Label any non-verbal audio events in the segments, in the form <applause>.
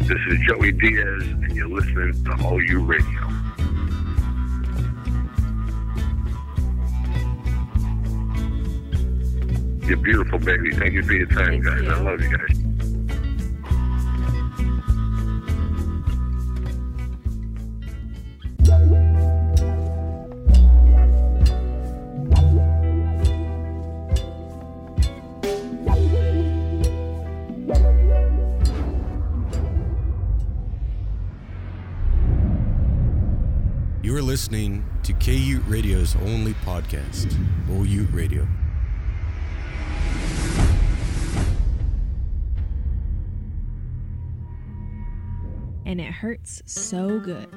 is Joey Diaz, and you're listening to OU Radio. You're beautiful, baby. Thank you for your time, Thank guys. you. I love you guys. You are listening to KU Radio's only podcast, OU Radio. and it hurts so good.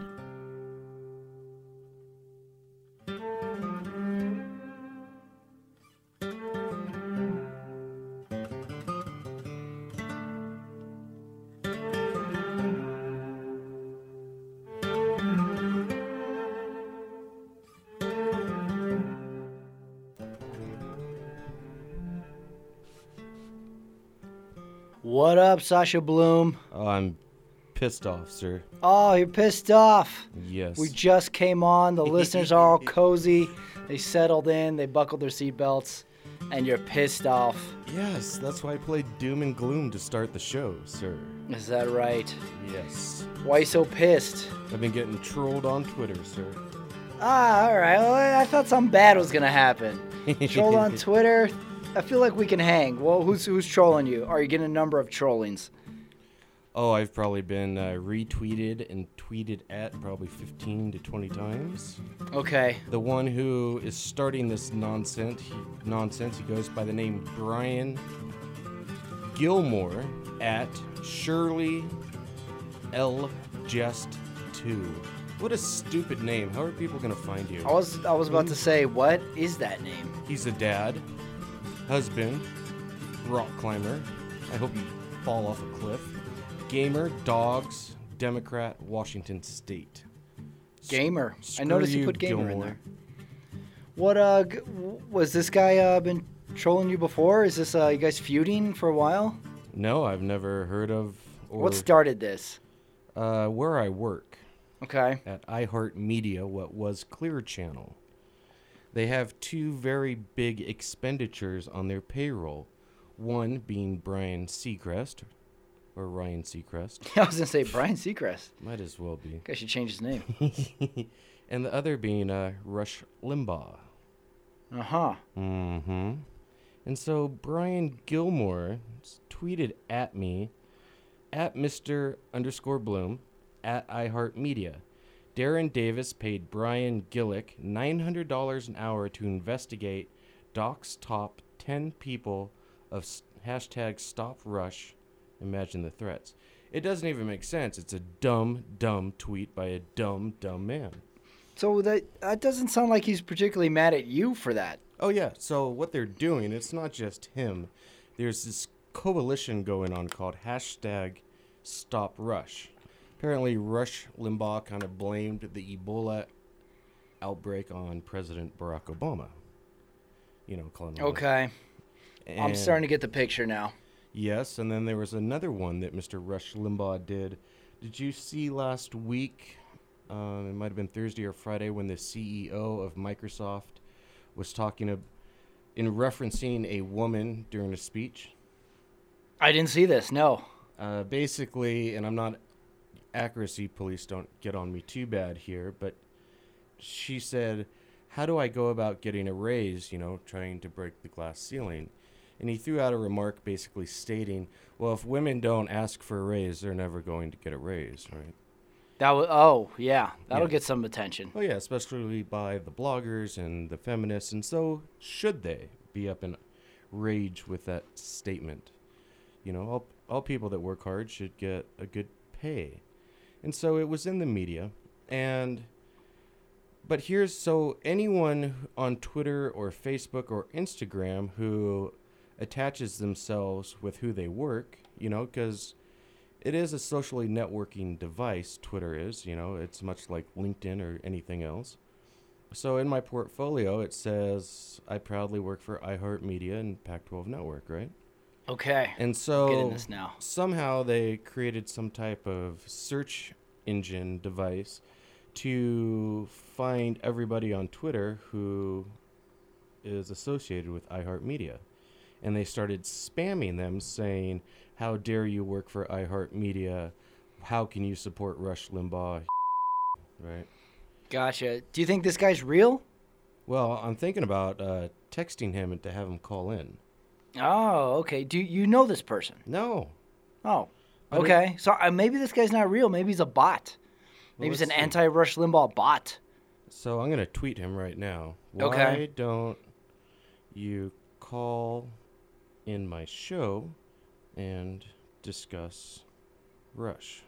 What up, Sasha Bloom? Oh, I'm pissed off, sir. Oh, you're pissed off. Yes. We just came on. The listeners are all cozy. They settled in. They buckled their seatbelts, and you're pissed off. yes, that's why I played Doom and Gloom to start the show, sir. Is that right? Yes. Why you so pissed? I've been getting trolled on Twitter, sir. Ah, all right. Well, I thought something bad was gonna happen. Troll on Twitter. I feel like we can hang. Well, who's who's trolling you? Are you getting a number of trollings? Oh, I've probably been uh, retweeted and tweeted at probably 15 to 20 times. Okay. The one who is starting this nonsense, he, nonsense, he goes by the name Brian Gilmore at Shirley L Jest 2. What a stupid name. How are people going to find you? I was I was about to say, what is that name? He's a dad, husband, rock climber. I hope you fall off a cliff. Gamer, dogs, Democrat, Washington State. Gamer. I Screw noticed you you, put gamer in Gilmore. there. What uh g- w- was this guy uh been trolling you before? Is this uh you guys feuding for a while? No, I've never heard of or What started this? uh, where I work Okay. <laughs> at iHeartMedia, what was Clear Channel. They have two very big expenditures on their payroll. One being Brian Seacrest, or Ryan Seacrest, I was gonna say Brian Seacrest. might as well <laughs> be. Guy should change <laughs> his name. and the other being uh, Rush Limbaugh. Uh huh. Mm-hmm. And so Brian Gilmore s- tweeted at me, at Mr. underscore Bloom, at iHeartMedia. Darren Davis paid Brian Gillick $900 an hour to investigate Doc's top 10 people of s- hashtag Stop Rush. Imagine the threats. It doesn't even make sense. It's a dumb, dumb tweet by a dumb, dumb man. So that that doesn't sound like he's particularly mad at you for that. Oh yeah. So what they're doing, it's not just him. There's this coalition going on called hashtag Stop Rush. Apparently, Rush Limbaugh kind of blamed the Ebola outbreak on President Barack Obama. You know, calling him a- Okay. I'm and- starting to get the picture now. Yes, and then there was another one that Mr. Rush Limbaugh did. Did you see last week? Um, it might have been Thursday or Friday when the CEO of Microsoft was talking ab- in referencing a woman during a speech. I didn't see this. No. Uh, basically, and I'm not accuracy police don't get on me too bad here, but she said, "How do I go about getting a raise, you know, trying to break the glass ceiling?" And he threw out a remark basically stating, "Well, if women don't ask for a raise, they're never going to get a raise, right?" That was. Oh yeah. That'll Yeah. get some attention. Oh yeah, especially by the bloggers and the feminists, and so should they be up in rage with that statement? You know, all all people that work hard should get a good pay, and so it was in the media, and but here's so anyone on Twitter or Facebook or Instagram who attaches themselves with who they work, you know, because it is a socially networking device twitter is you know it's much like linkedin or anything else so in my portfolio it says i proudly work for iheartmedia and pac 12 network right Okay. And so this now. somehow they created some type of search engine device to find everybody on Twitter who is associated with iHeartMedia. And they started spamming them saying, How dare you work for iHeartMedia? How can you support Rush Limbaugh? <laughs> Right. Gotcha. Do you think this guy's real? Well, I'm thinking about uh, texting him and to have him call in. Oh, okay. Do you know this person? No. Oh, don't- okay. So uh, maybe this guy's not real. Maybe he's a bot. Maybe he's an let's see. anti-Rush Limbaugh bot. So I'm gonna tweet him right now. Why Okay. don't you call in my show and discuss Rush?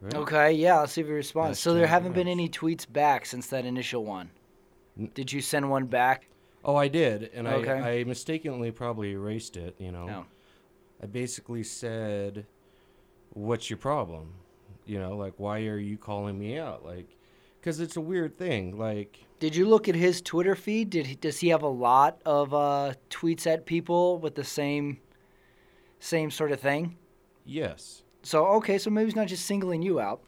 Right? Okay, yeah. Let's see if he responds. So there Hashtag haven't been Rush. any tweets back since that initial one. Did you send one back? Oh, I did, and I, Okay. I mistakenly probably erased it. You know, No. I basically said, "What's your problem?" You know, like why are you calling me out? Like, because it's a weird thing. Like, Did you look at his Twitter feed? Did he, does he have a lot of uh, tweets at people with the same, same sort of thing? yes, So okay, so maybe he's not just singling you out.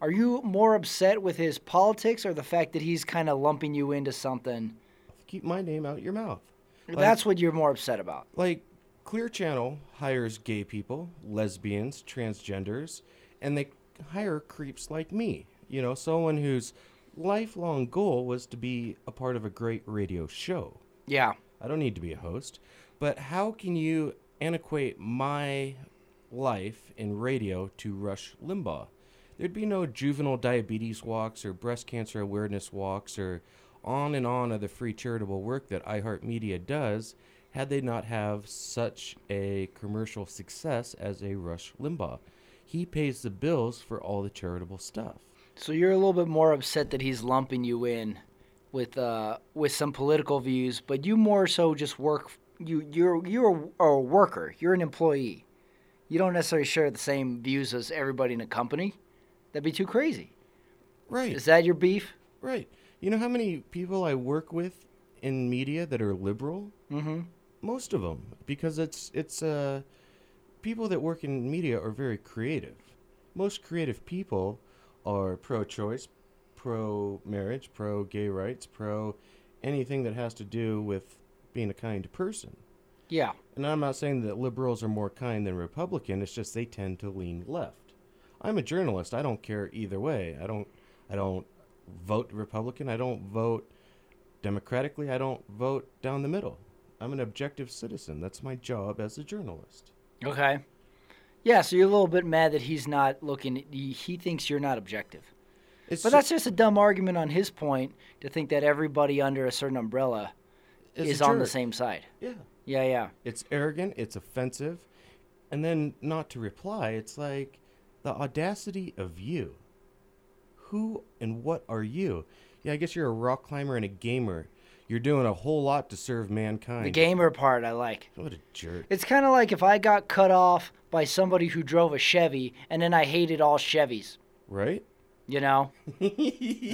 Are you more upset with his politics or the fact that he's kind of lumping you into something? keep my name out your mouth. Like- That's what you're more upset about. like Clear Channel hires gay people, lesbians, transgenders, and they hire creeps like me. You know, someone whose lifelong goal was to be a part of a great radio show. Yeah. I don't need to be a host, but how can you antiquate my life in radio to Rush Limbaugh? There'd be no juvenile diabetes walks or breast cancer awareness walks or on and on of the free charitable work that iHeartMedia does had they not have such a commercial success as a Rush Limbaugh. He pays the bills for all the charitable stuff. So you're a little bit more upset that he's lumping you in with uh with some political views, but you more so just work you you're you're a, a worker, you're an employee. You don't necessarily share the same views as everybody in a company. That'd be too crazy. Right. Is that your beef? Right. You know how many people I work with in media that are liberal? Mm-hmm. Most of them, because it's it's uh, people that work in media are very creative. Most creative people are pro-choice, pro-marriage, pro-gay rights, pro anything that has to do with being a kind person. Yeah. And I'm not saying that liberals are more kind than Republican. It's just they tend to lean left. I'm a journalist. I don't care either way. I don't. I don't vote Republican. I don't vote democratically. I don't vote down the middle. I'm an objective citizen. That's my job as a journalist. Okay. Yeah, so you're a little bit mad that he's not looking he, he thinks you're not objective. It's But that's just a dumb argument on his point to think that everybody under a certain umbrella it's a is on the jerk. same side. Yeah. Yeah, yeah. It's arrogant, it's offensive. And then not to reply, it's like the audacity of you. Who and what are you? Yeah, I guess you're a rock climber and a gamer. You're doing a whole lot to serve mankind. The gamer part I like. What a jerk. It's kind of like if I got cut off by somebody who drove a Chevy and then I hated all Chevys, Right? you know? I'm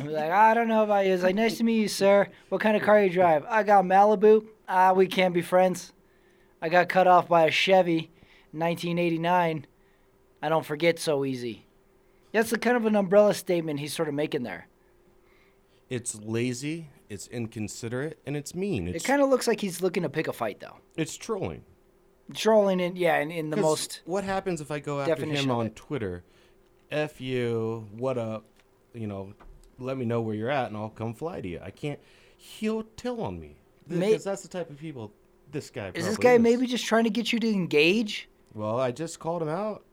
like, I don't know about you. It's like, nice to meet you, sir. What kind of car you drive? I got Malibu. Ah, we can't be friends. I got cut off by a Chevy 1989. I don't forget so easy. That's the kind of an umbrella statement he's sort of making there. It's lazy, it's inconsiderate, and it's mean. It's, It kind of looks like he's looking to pick a fight, though. it's trolling. Trolling in, yeah, in, in the 'Cause most. What happens if I go after definition him of on it. Twitter? F you. What up? You know, let me know where you're at, and I'll come fly to you. I can't. He'll tell on me May- because that's the type of people this guy. Is this probably guy maybe just trying to get you to engage? Well, I just called him out.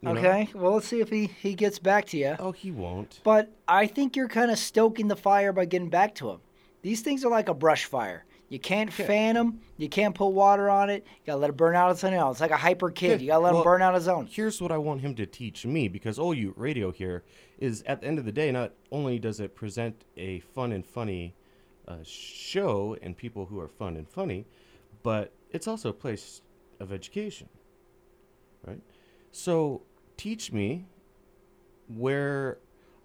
you know. Okay, well, let's see if he, he gets back to you. Oh, he won't. But I think you're kind of stoking the fire by getting back to him. These things are like a brush fire. You can't fan them. You can't put water on it. You gotta let it burn out its own. It's like a hyper kid. You gotta let Well, him burn out his own. Here's what I want him to teach me because all you radio here is at the end of the day, not only does it present a fun and funny uh, show and people who are fun and funny, but it's also a place of education, right? So teach me where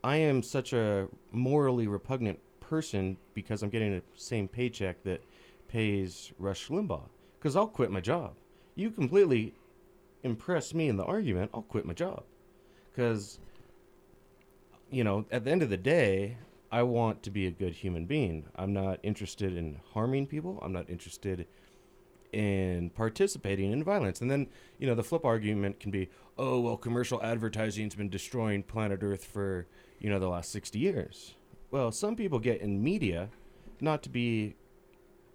I am such a morally repugnant person because I'm getting the same paycheck that pays Rush Limbaugh. Because I'll quit my job you completely impress me in the argument, I'll quit my job. Because, you know, at the end of the day, I want to be a good human being. I'm not interested in harming people. I'm not interested in participating in violence. And then, you know, the flip argument can be, oh, well, commercial advertising's been destroying planet Earth for, you know, the last 60 years. Well, some people get in media not to be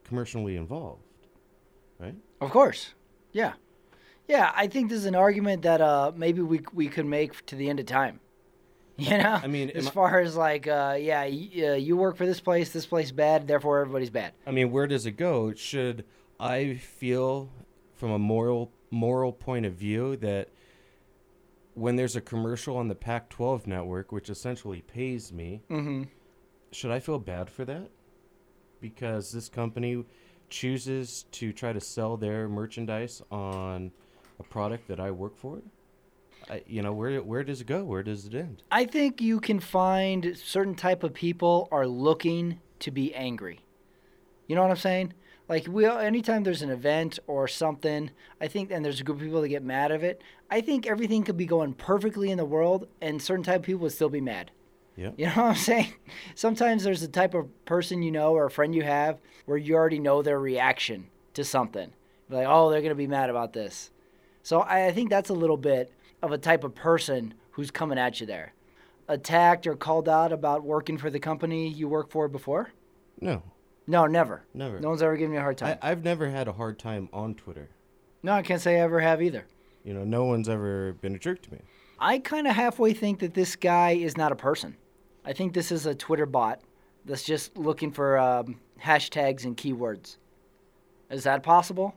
commercially involved, right? Of course. Yeah. Yeah, I think this is an argument that uh, maybe we, we could make to the end of time. <laughs> You know? I mean, as am I- far as like, uh, yeah, y- uh, you work for this place, this place bad, therefore everybody's bad. I mean, where does it go? Should I feel, from a moral moral point of view, that when there's a commercial on the Pac-12 network, which essentially pays me, Mm-hmm. should I feel bad for that? Because this company chooses to try to sell their merchandise on a product that I work for. I, you know, where where does it go? Where does it end? I think you can find certain type of people are looking to be angry. You know what I'm saying? Like we all- anytime there's an event or something, I think and there's a group of people that get mad of it. I think everything could be going perfectly in the world and certain type of people would still be mad. Yeah. You know <laughs> what I'm saying? Sometimes there's a type of person you know or a friend you have where you already know their reaction to something. Like, oh, they're gonna be mad about this. So I, I think that's a little bit of a type of person who's coming at you there. Attacked or called out about working for the company you work for before? No, No, never. never. No one's ever given me a hard time. I, I've never had a hard time on Twitter. no, I can't say I ever have either. You know, no one's ever been a jerk to me. I kind of halfway think that this guy is not a person. I think this is a Twitter bot that's just looking for um, hashtags and keywords. Is that possible?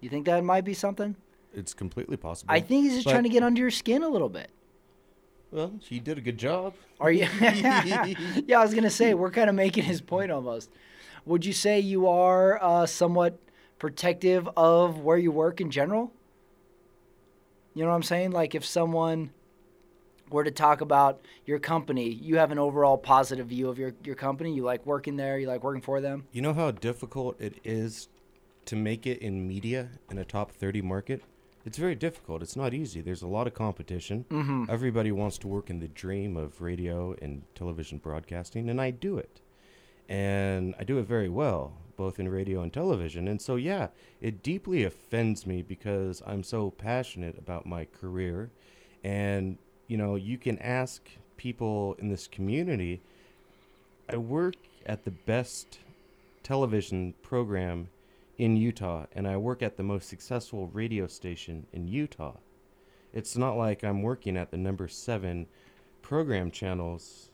You think that might be something? It's completely possible. I think he's just But- trying to get under your skin a little bit. Well, he did a good job. <laughs> Are you? <laughs> yeah, I was gonna say we're kind of making his point almost. Would you say you are uh, somewhat protective of where you work in general? You know what I'm saying? Like if someone were to talk about your company, you have an overall positive view of your, your company. You like working there. You like working for them. You know how difficult it is to make it in media in a top 30 market? It's very difficult. It's not easy. There's a lot of competition. Everybody wants to work in the dream of radio and television broadcasting, and I do it. And I do it very well, both in radio and television. And so, yeah, it deeply offends me because I'm so passionate about my career. And, you know, you can ask people in this community I work at the best television program in Utah, and I work at the most successful radio station in Utah. It's not like I'm working at the number seven program channels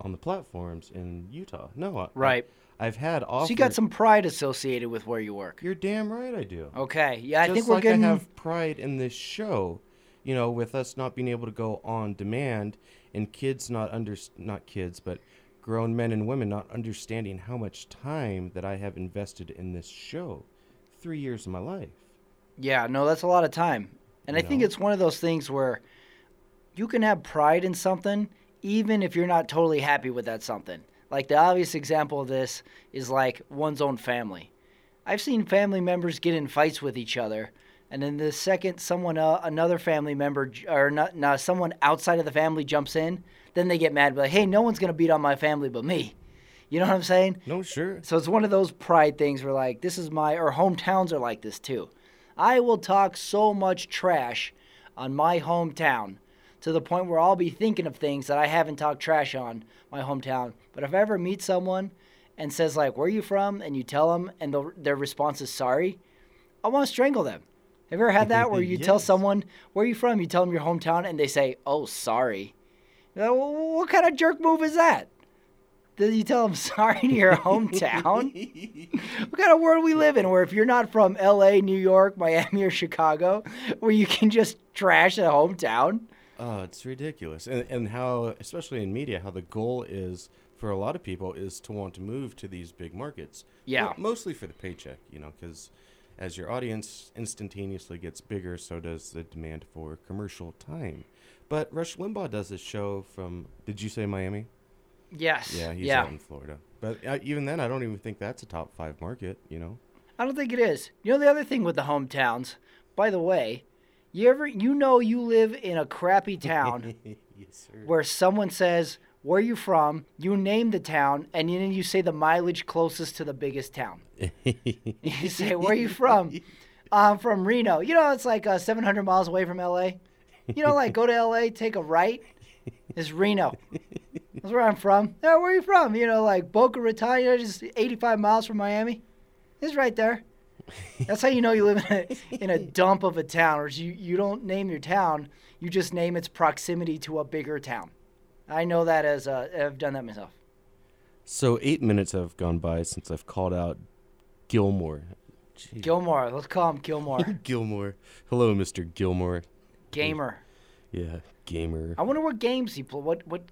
on the platforms in Utah. No, I, Right. I, have had offers. So you got some pride associated with where you work. You're damn right, I do. Okay. Yeah, I Just think we're like getting. I have pride in this show, you know, with us not being able to go on demand and kids not under not kids, but grown men and women not understanding how much time that I have invested in this show. 3 years of my life. Yeah, no, that's a lot of time. And I think No. it's one of those things where you can have pride in something even if you're not totally happy with that something. Like the obvious example of this is like one's own family. I've seen family members get in fights with each other, and then the second someone uh, another family member j- or not, no, someone outside of the family jumps in, then they get mad like, "Hey, no one's going to beat on my family but me." You know what I'm saying? No, sure. So it's one of those pride things where like this is my or hometowns are like this too. I will talk so much trash on my hometown to the point where I'll be thinking of things that I haven't talked trash on my hometown. But if I ever meet someone and says like, "Where are you from?" and you tell them and the, their response is sorry, I want to strangle them. Have you ever had that where you tell <laughs> Yes. someone where are you from, you tell them your hometown, and they say, "Oh, sorry." You're like, "Wh- What kind of jerk move is that? Did you tell them <laughs> sorry to your hometown? <laughs> what kind of world we live in where if you're not from LA, New York, Miami, or Chicago, where you can just trash a hometown? Oh, it's ridiculous. And and how especially in media how the goal is for a lot of people is to want to move to these big markets. Yeah. Mo- mostly for the paycheck, you know, cuz as your audience instantaneously gets bigger, so does the demand for commercial time. But Rush Limbaugh does this show from did you say Miami? Yes. Yeah, he's out in Florida. But uh, even then I don't even think that's a top 5 market, you know. I don't think it is. You know the other thing with the hometowns, By the way, you ever you know you live in a crappy <laughs> town <laughs> yes, sir. where someone says, "Where are you from?" You name the town, and then you say the mileage closest to the biggest town. You say, "Where are you from?" I'm from Reno. You know, it's like uh, 700 miles away from LA. You know, like go to LA, take a right. It's Reno. That's where I'm from. Yeah, where are you from? You know, like Boca Raton. You know, just 85 miles from Miami. It's right there. That's how you know you live in a, in a dump of a town, or is you, you don't name your town, you just name its proximity to a bigger town. I know that as uh, I've done that myself. so eight minutes have gone by since I've called out Gilmore. Jeez. Gilmore, let's call him Gilmore. Gilmore. Hello, Mr. Gilmore. Gamer. Yeah, gamer. <laughs> I wonder what games he pl- what what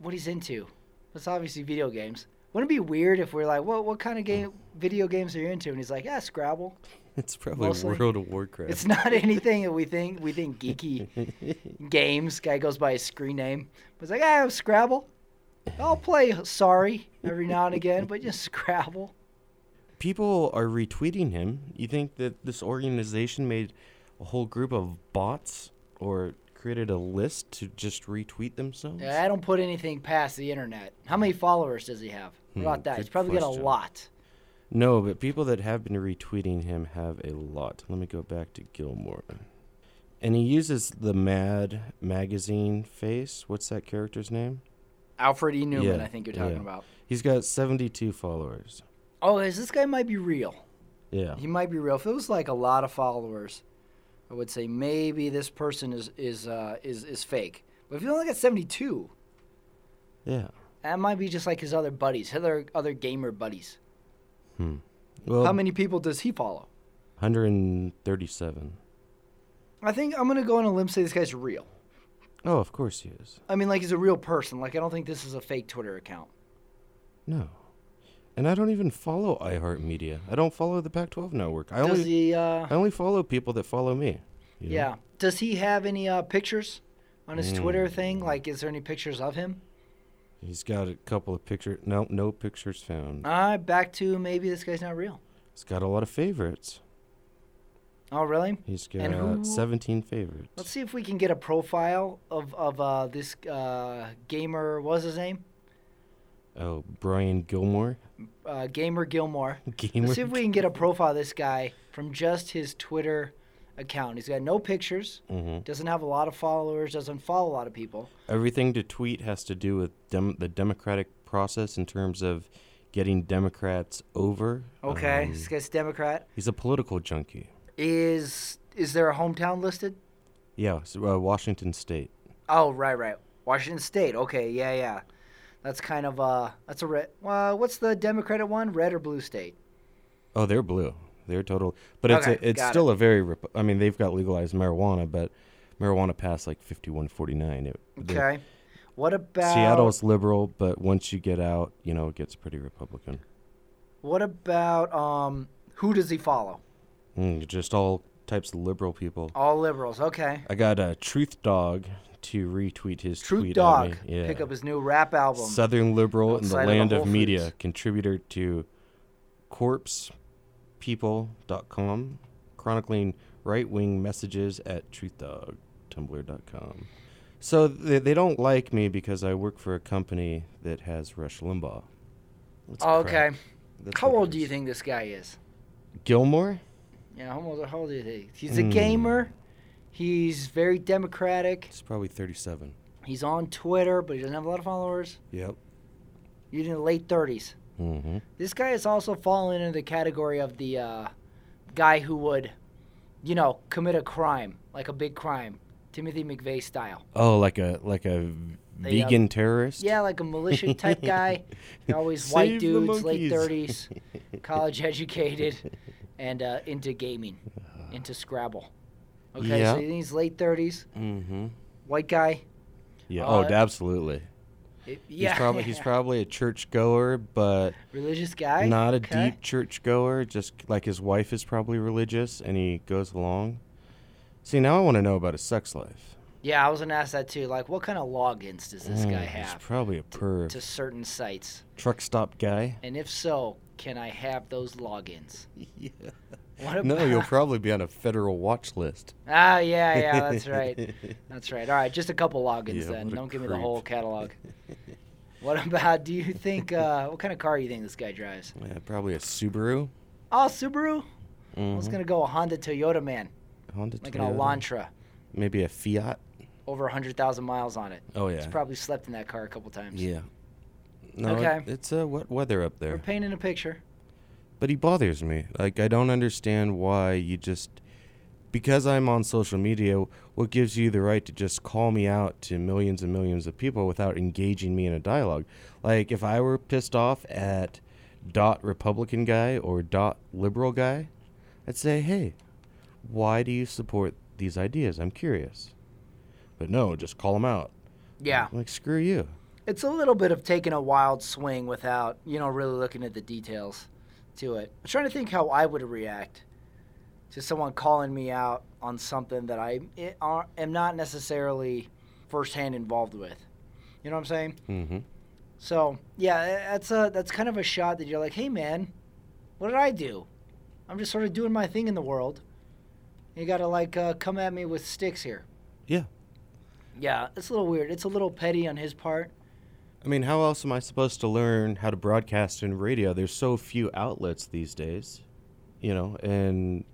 what he's into. It's obviously video games. Wouldn't it be weird if we're like, well, what kind of game video games are you into? And he's like, yeah, Scrabble. It's probably mostly- World of Warcraft. <laughs> It's not anything that we think we think <laughs> geeky games. Guy goes by his screen name. But it's like, I have Scrabble. I'll play Sorry every now and again, but just Scrabble. People are retweeting him. You think that this organization made a whole group of bots or created a list to just retweet themselves? Yeah, I don't put anything past the internet. How many followers does he have? What about that? Hmm, good He's probably got a question. lot. No, but people that have been retweeting him have a lot. Let me go back to Gilmore. And he uses the Mad Magazine face. What's that character's name? Alfred E. Newman, Yeah, I think you're talking yeah. about. He's got 72 followers. Oh, is this guy might be real. Yeah. He might be real. If it was like a lot of followers, I would say maybe this person is is uh, is is fake. But if you only got seventy two, Yeah. that might be just like his other buddies, his other other gamer buddies. Well, How many people does he follow? 137. I think I'm gonna go on a limb and say this guy's real. Oh, of course he is. I mean, like he's a real person. Like I don't think this is a fake Twitter account. No. And I don't even follow iHeartMedia. I don't follow the Pac-12 network. I Does only he? Uh, I only follow people that follow me. you know? yeah. Does he have any uh, pictures on his Twitter thing? Like, is there any pictures of him? He's got a couple of pictures. No, no pictures found. Uh, back to maybe this guy's not real. He's got a lot of favorites. Oh, really? He's And got who- 17 favorites. Let's see if we can get a profile of of uh, this uh, gamer. What was his name? Oh, Brian Gilmore. Uh, gamer Gilmore. <laughs> Gamer. Let's see if we can get a profile of this guy from just his Twitter account. He's got no pictures. Mhm. Doesn't have a lot of followers. Doesn't follow a lot of people. Everything to tweet has to do with dem- the democratic process in terms of getting Democrats over. Okay, Um, this guy's Democrat. he's a political junkie. Is is there a hometown listed? Yeah, so, uh, Washington State. Oh, right, right. Washington State. Okay, yeah, yeah. That's kind of uh, that's a red. Well, what's the Democratic one? Red or blue state? Oh, they're blue. They're total. But it's Okay, a, it's got still a very. Rep- I mean, they've got legalized marijuana, but marijuana passed like fifty-one forty-nine. It, the- Okay. What about Seattle's liberal, but once you get out, you know, it gets pretty Republican. What about um who does he follow? Mm, just all types of liberal people. All liberals. Okay. I got a Truth Dog to retweet his Truth tweet Dog. at me. Yeah. Pick up his new rap album. Southern liberal in the Outside of the land Whole of Foods. media contributor to corpsepeople.com, chronicling right-wing messages at truthdog.tumblr.com. So they, they don't like me because I work for a company that has Rush Limbaugh. That's Oh, okay. crap. That's How what it old do you is. think this guy is? Gilmore? Yeah, how old, how old is he? He's a Hmm. gamer. He's very democratic. He's probably 37. He's on Twitter, but he doesn't have a lot of followers. Yep. He's in the late 30s. Mm-hmm. This guy is also falling into the category of the uh, guy who would, you know, commit a crime, like a big crime, Timothy McVeigh style. Oh, like a like a They, uh, vegan terrorist? Yeah, like a militia <laughs> type guy. They're Always white Save the dudes, late monkeys. <laughs> 30s, college educated, and uh, into gaming, into Scrabble. Okay, Yeah. so you think he's late 30s, Mm-hmm. white guy. Yeah. oh, Uh, absolutely. It- yeah, He's probably <laughs> he's probably a church goer, but religious guy. not a okay. deep church goer. Just like his wife is probably religious, and he goes along. See, now I want to know about his sex life. Yeah, I was gonna ask that too. Like, what kind of logins does this guy Mm, have He's probably a perv. to certain sites? <laughs> Truck stop guy. And if so, can I have those logins? Yeah. What no, about- <laughs> you'll probably be on a federal watch list. Ah, yeah, <laughs> <laughs> yeah, that's right. That's right. All right, just a couple logins Yeah, then. what a Don't give me the creep. <laughs> whole catalog. what about? Do you think? Uh, what kind of car do you think this guy drives? Yeah, probably a Subaru. Oh, Subaru. I was Mhm. gonna go a Honda Toyota man, Honda like Toyota. an Elantra, Maybe a Fiat. over hundred thousand miles on it. Oh yeah. He's probably slept in that car a couple times. yeah. No, it- Okay. it's uh, wet weather up We're there. painting a picture. but he bothers me. Like I don't understand why you just because I'm on social media, what gives you the right to just call me out to millions and millions of people without engaging me in a dialogue? Like if I were pissed off at dot Republican guy or dot liberal guy, I'd say, "Hey, why do you support these ideas? I'm curious." But no, just call them out. Yeah, Like screw you. it's a little bit of taking a wild swing without you know really looking at the details to it. I'm trying to think how I would react to someone calling me out on something that I it, are- am not necessarily firsthand involved with. You know what I'm saying? Mhm. So yeah, that's a that's kind of a shot that you're like, hey man, what did I do? I'm just sort of doing my thing in the world. You gotta like uh, come at me with sticks here. Yeah. Yeah, it's a little weird. It's a little petty on his part. I mean, how else am I supposed to learn how to broadcast in radio? There's so few outlets these days, you know. And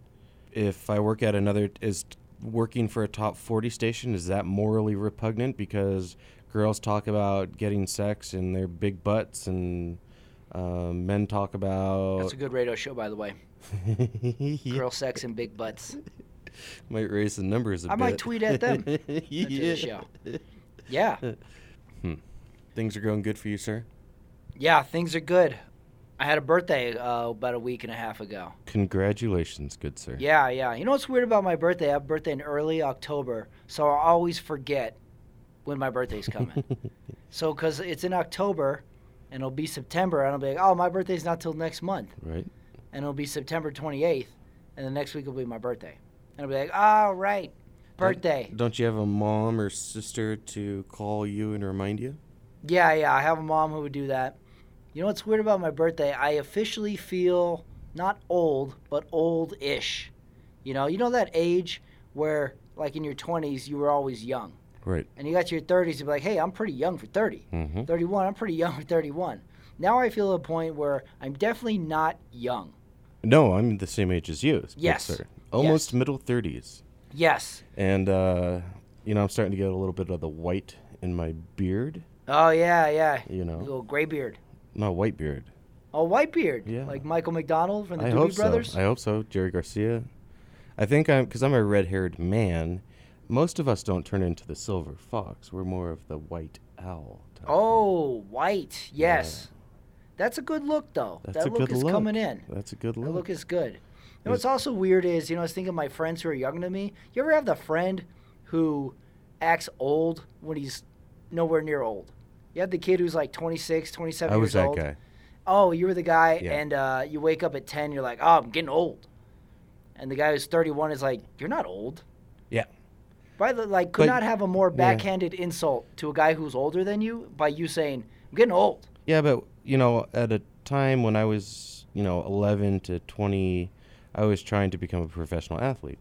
if I work at another, is working for a top 40 station is that morally repugnant because girls talk about getting sex and their big butts, and uh, men talk That's about a good radio show, by the way. <laughs> Girl sex and big butts. might raise the numbers a I bit. might tweet <laughs> at them after yeah. show. Yeah, Things are going good for you, sir. yeah, things are good. I had a birthday uh, about a week and a half ago. Congratulations, good sir. Yeah, yeah. You know what's weird about my birthday? I have a birthday in early October, so I always forget when my birthday's coming. so, because it's in October and it'll be September, and I'll be like, oh, my birthday's not till next month. Right. And it'll be September 28th, and the next week will be my birthday. And I'll be like, all right, birthday. Don't you have a mom or sister to call you and remind you? Yeah, yeah. I have a mom who would do that. You know what's weird about my birthday? I officially feel not old, but old ish. You know, you know that age where, like in your 20s, you were always young. Right. and you got to your 30s and be like, hey, I'm pretty young for 30. Mm-hmm. 31, I'm pretty young for 31. Now I feel at a point where I'm definitely not young. No, I'm the same age as you. good Yes. Sir. Almost middle 30s. Yes. And, uh, you know, I'm starting to get a little bit of the white in my beard. Oh, yeah, yeah. You know. Little gray beard. No, white beard. Oh, white beard. Yeah. Like Michael McDonald from the I Doobie hope Brothers. so. I hope so. Jerry Garcia. I think I'm, because I'm a red haired man, most of us don't turn into the silver fox. We're more of the white owl. type. Oh, white. Yes. That's a good look, though. That's that a look good is look. coming in. That's a good That look. look is good. You know, what's also weird is, you know, I was thinking of my friends who are younger than me. You ever have the friend who acts old when he's nowhere near old? You have the kid who's like 26, 27 I was years that old. guy. Oh, you were the guy, Yeah. and uh, you wake up at 10, you're like, oh, I'm getting old. And the guy who's 31 is like, you're not old. Yeah. By the, like, could But- not have a more backhanded insult to a guy who's older than you by you saying, I'm getting old. Yeah, but you know, at a time when I was, you know, 11 to 20, I was trying to become a professional athlete.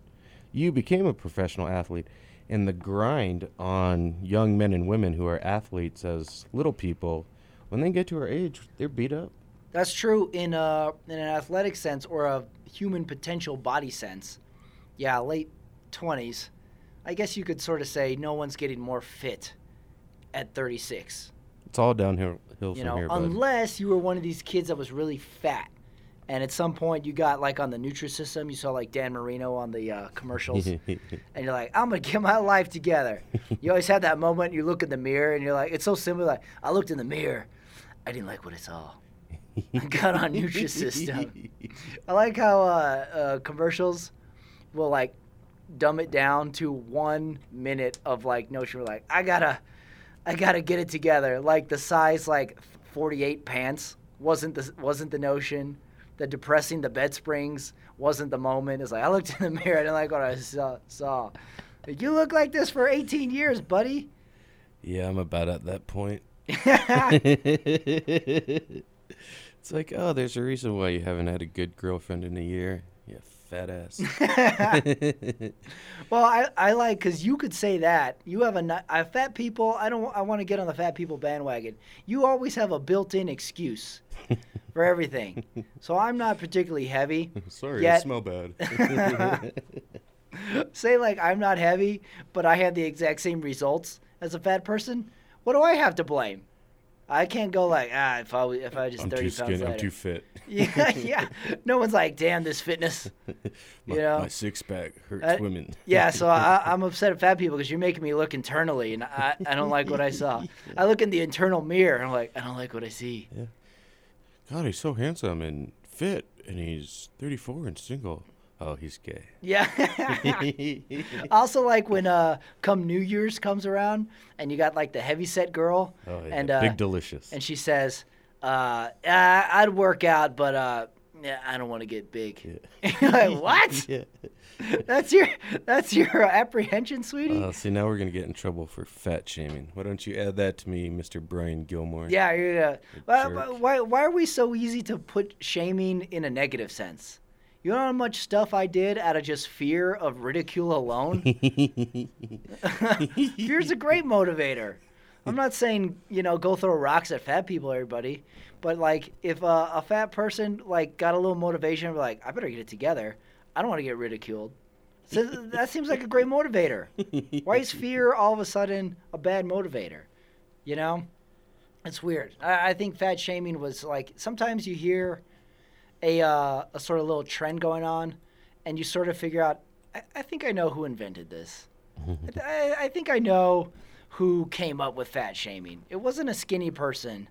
You became a professional athlete, and the grind on young men and women who are athletes as little people, when they get to our age, they're beat up. That's true in a in an athletic sense or a human potential body sense. Yeah, late twenties. I guess you could sort of say no one's getting more fit at 36. It's all downhill hill You from know, here, bud. unless you were one of these kids that was really fat, and at some point you got like on the Nutrisystem, you saw like Dan Marino on the uh, <laughs> commercials, and you're like, I'm gonna get my life together. You always have that moment. You look in the mirror and you're like, it's so similar. Like I looked in the mirror, I didn't like what I saw. I got on Nutrisystem. I like how uh, uh, commercials will like dumb it down to one minute of like notion. We're like, I gotta, I gotta get it together. Like the size like 48 pants wasn't the wasn't the notion. The depressing the bed springs wasn't the moment. It's like I looked in the mirror and I like what I saw. saw. Like, you look like this for 18 years, buddy. yeah, I'm about at that <laughs> point. yeah, it's like, oh, there's a reason why you haven't had a good girlfriend in a year. You fat ass. Well, I, I like because you could say that you have a ni- I, fat people. I don't. I want to get on the fat people bandwagon. You always have a built-in excuse for everything. So I'm not particularly heavy. Sorry, I Yet- smell <laughs> bad. Say like I'm not heavy, but I have the exact same results as a fat person. What do I have to blame? I can't go like ah if I was- if I was just I'm thirty too pounds skinny. I'm <laughs> lighter." too fit. yeah, <laughs> yeah. No one's like, damn this fitness. My, You know? my six pack hurts I- women. Yeah, so I, I'm upset at fat people because you're making me look internally, and I, I don't like what I <laughs> saw. I look in the internal mirror, and I'm like, I don't like what I see. God, he's so handsome and fit, and he's 34 and single. Oh, he's <laughs> gay. <laughs> Yeah. Oh, I also like when uh, come New Year's comes around, and you got like the heavy set girl, Oh, yeah. and uh, Big delicious. <laughs> and she says, uh, I, I'd work out, but uh, yeah, I don't want to get big. <laughs> You're <laughs> like, what? yeah. That's your that's your apprehension, sweetie. Uh, see, now we're gonna get in trouble for fat shaming. Why don't you add that to me, Mr. Brian Gilmore? <laughs> <laughs> Yeah, you're gonna. Why, jerk. why- why, why are we so easy to put shaming in a negative sense? You know how much stuff I did out of just fear of ridicule alone? <laughs> Fear's a great motivator. I'm not saying, you know, go throw rocks at fat people, everybody. But, like, if uh, a fat person, like, got a little motivation, like, I better get it together. I don't want to get ridiculed. So th- that seems like a great motivator. Why is fear all of a sudden a bad motivator? You know? It's weird. I, I think fat shaming was like sometimes you hear a uh, a sort of little trend going on, and you sort of figure out. I, I think I know who invented this. I, th- I, I think I know who came up with fat shaming. It wasn't a skinny person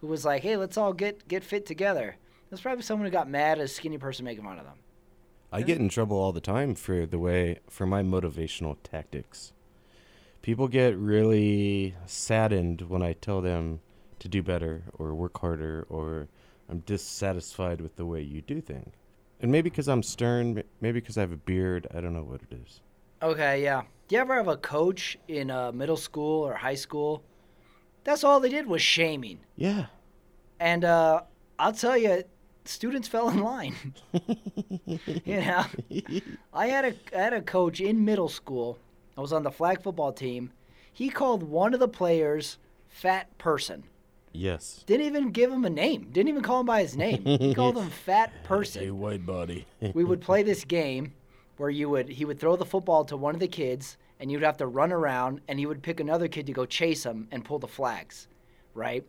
who was like, "Hey, let's all get get fit together." It was probably someone who got mad at a skinny person making fun of them. I get in trouble all the time for the way for my motivational tactics. People get really saddened when I tell them to do better or work harder or I'm dissatisfied with the way you do things. And maybe because I'm stern, m- maybe because I have a beard, I don't know what it is. Okay, yeah. Do you ever have a coach in uh, middle school or high school? That's all they did was shaming. Yeah. And uh, I'll tell you, students fell in line. <laughs> you know, I had a I had a coach in middle school. I was on the flag football team. He called one of the players fat person. Yes. Didn't even give him a name. Didn't even call him by his name. He called him fat <laughs> person white body. we would play this game where you would he would throw the football to one of the kids and you'd have to run around and he would pick another kid to go chase him and pull the flags right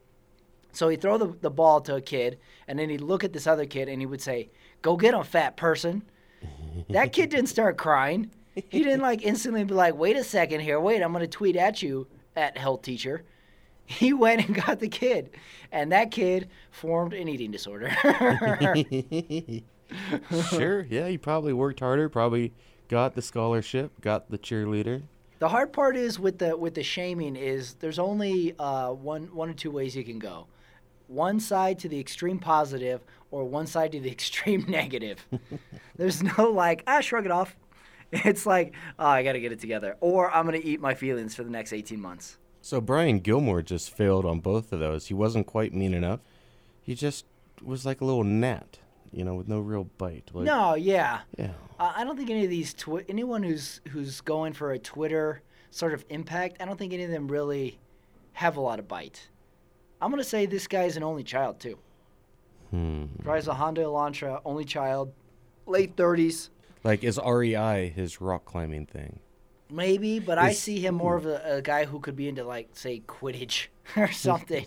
so he'd throw the, the ball to a kid and then he'd look at this other kid and he would say go get him fat person that kid didn't start crying he didn't like instantly be like wait a second here wait i'm going to tweet at you at health teacher he went and got the kid and that kid formed an eating disorder <laughs> <laughs> sure. Yeah, you probably worked harder, probably got the scholarship, got the cheerleader. The hard part is with the with the shaming is there's only uh, one one or two ways you can go, one side to the extreme positive or one side to the <laughs> extreme negative. there's no like ah shrug it off. <laughs> It's like oh I got to get it together or I'm gonna eat my feelings for the next 18 months. So Brian Gilmore just failed on both of those. He wasn't quite mean enough. He just was like a little gnat, you know, with no real bite. Like, No, yeah. Yeah. I I don't think any of these twi- anyone who's who's going for a Twitter sort of impact. I don't think any of them really have a lot of bite. I'm gonna say this guy's an only child too. Hmm. Drives a Honda Elantra, only child, late 30s Like is REI his rock climbing thing? maybe, but I Is- see him more of a, a guy who could be into like say Quidditch <laughs> or something.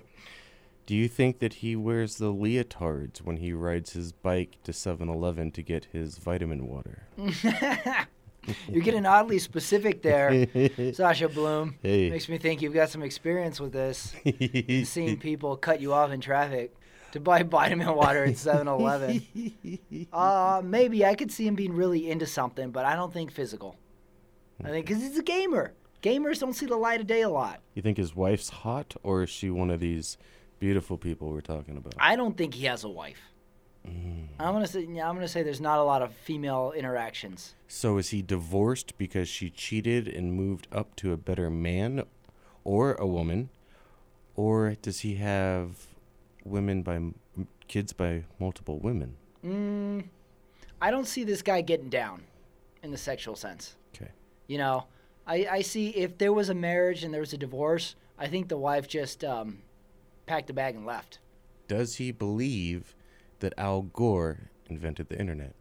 Do you think that he wears the leotards when he rides his bike to 7-Eleven to get his vitamin water? <laughs> You're getting oddly <laughs> specific there, Sasha Bloom. Hey. Makes me think you've got some experience with this. seeing people cut you off in traffic to buy <laughs> vitamin water at 7-Eleven. uh, maybe I could see him being really into something, but I don't think physical. I think because he's a gamer. Gamers don't see the light of day a lot. You think his wife's hot or is she one of these beautiful people we're talking about? I don't think he has a wife. I'm gonna say yeah, I'm gonna say there's not a lot of female interactions. So is he divorced because she cheated and moved up to a better man or a woman? Or does he have women by m- kids by multiple women? I don't see this guy getting down in the sexual sense. Okay. You know, I, I see if there was a marriage and there was a divorce, I think the wife just um, packed a bag and left. Does he believe that Al Gore invented the internet?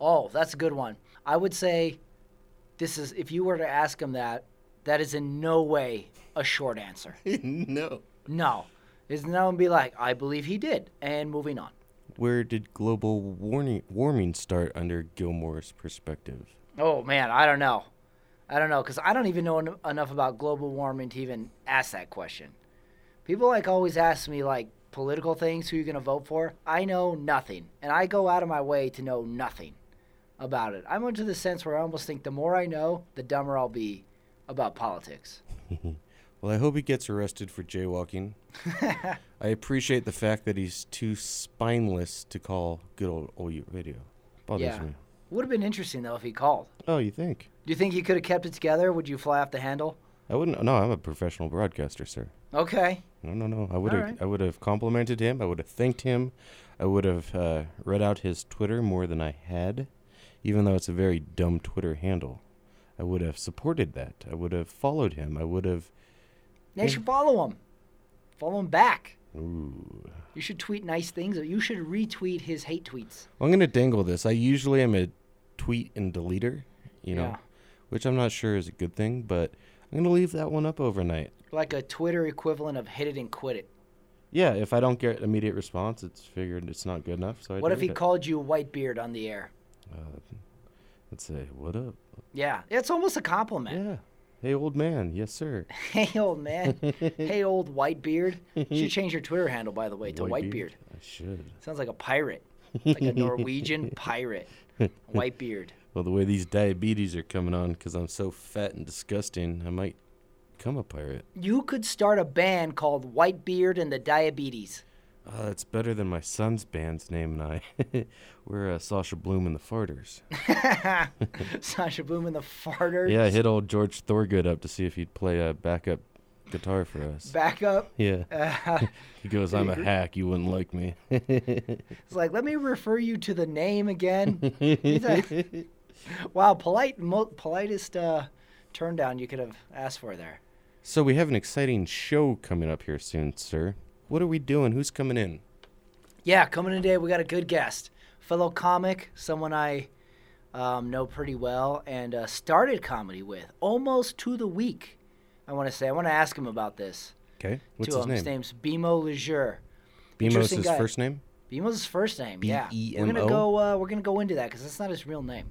Oh, that's a good one. I would say this is, if you were to ask him that, that is in no way a short answer. <laughs> no. No. It's no one be like, I believe he did. And moving on. Where did global warning, warming start under Gilmore's perspective? Oh, man, I don't know. I don't know, because I don't even know en- enough about global warming to even ask that question. People like always ask me like political things, who you gonna vote for? I know nothing, and I go out of my way to know nothing about it. I'm into the sense where I almost think the more I know, the dumber I'll be about politics. Well, I hope he gets arrested for <laughs> jaywalking. I appreciate the fact that he's too spineless to call good old OU radio. Bothers yeah, Oh, me. would have been interesting though if he called. Oh, you think? Do you think he could have kept it together? Would you fly off the handle? I wouldn't. No, I'm a professional broadcaster, sir. Okay, No, no, no. I would have. right. I would have complimented him. I would have thanked him. I would have uh, read out his Twitter more than I had, even though it's a very dumb Twitter handle. I would have supported that. I would have followed him. I would have. they should follow him. Follow him back. Ooh. You should tweet nice things. Or you should retweet his hate tweets. I'm gonna dangle this. I usually am a tweet and deleter, you know, Yeah. which I'm not sure is a good thing, but I'm gonna leave that one up overnight. like a Twitter equivalent of hit it and quit it. Yeah, if I don't get immediate response, it's figured it's not good enough. So I What if he delete it. called you Whitebeard on the air? Let's say, what up? Yeah, it's almost a compliment. Yeah. Hey, old man. Yes, sir. <laughs> Hey, <laughs> old man. hey, old Whitebeard. You should change your Twitter handle, by the way, to Whitebeard. beard. I should. Sounds like a pirate, <laughs> like a Norwegian pirate. Whitebeard. Well, the way these diabetes are coming on, because I'm so fat and disgusting, I might become a pirate. You could start a band called Whitebeard and the Diabetes. <laughs> Oh, that's better than my son's band's name and I. <laughs> We're uh, Sasha Bloom and the Farters. Sasha Bloom and the Farter. Yeah, I hit old George Thorgood up to see if he'd play a backup guitar for us. Back up. yeah. <laughs> he goes, I'm a hack. You wouldn't like me. <laughs> It's like, let me refer you to the name again. <laughs> He's like, wow, polite, mo- politest uh, turn down you could have asked for there. so we have an exciting show coming up here soon, sir. What are we doing? Who's coming in? Yeah, coming in today, we got a good guest, fellow comic, someone I um, know pretty well and uh, started comedy with almost to the week. I want to say, I want to ask him about this. Okay. What's to his him. His name? name's Bimo Lejeure. Bemos Interesting his guy. first name? Bimo's his first name. Yeah, we're B E M O? gonna go. Uh, we're gonna go into that because that's not his real name.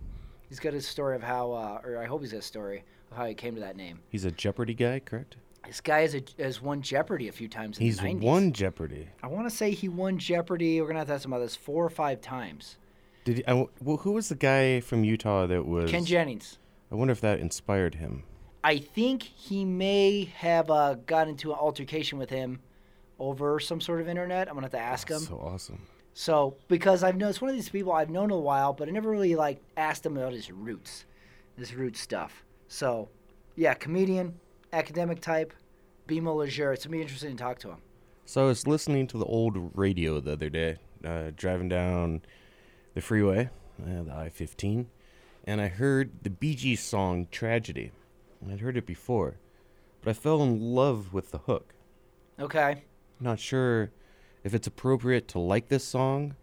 He's got his story of how, uh, or I hope he's got a story of how he came to that name. He's a Jeopardy guy, correct? This guy has, a, has won Jeopardy a few times. In He's the 90s. won Jeopardy. I want to say he won Jeopardy. We're gonna have to ask him about this four or five times. Did he, I, wo- well, who was the guy from Utah that was? Ken Jennings. I wonder if that inspired him. I think he may have uh, got into an altercation with him over some sort of internet. I'm gonna have to ask him. So awesome. So because I've known it's one of these people I've known a while, but I never really like asked him about his roots, his root stuff. So, yeah, comedian, academic type, Bimo Lejeure. It's gonna be interesting to talk to him. So I was listening to the old radio the other day, uh, driving down the freeway, uh, the I 15, and I heard the Bee Gees song Tragedy. And I'd heard it before, but I fell in love with the hook. Okay. Not sure if it's appropriate to like this song.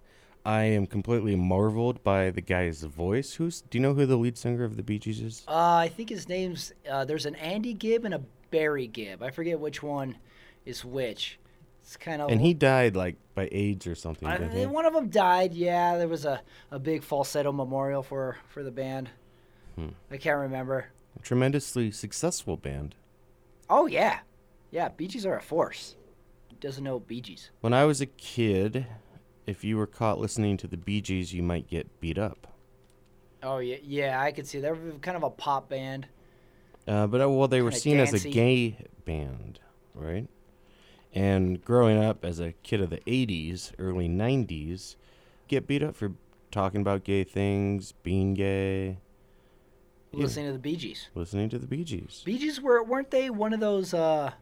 I am completely marveled by the guy's voice. Who's do you know who the lead singer of the Bee Gees is? Uh, I think his name's uh, there's an Andy Gibb and a Barry Gibb. I forget which one is which. It's kind of And he died like by AIDS or something. I- didn't he? one of them died. Yeah, there was a, a big falsetto memorial for for the band. Hmm. I can't remember. Tremendously successful band. Oh yeah, yeah. Bee Gees are a force. Who Doesn't know Bee Gees. When I was a kid, if you were caught listening to the Bee Gees, you might get beat up. Oh yeah, yeah. I could see they're kind of a pop band. Uh, but uh, well, they were Kinda seen as a dancey. gay band, right? And growing up as a kid of the 80s, early 90s, get beat up for talking about gay things, being gay, Listening to the Bee Gees. listening to the Bee Gees. Bee Gees were weren't they one of those uh,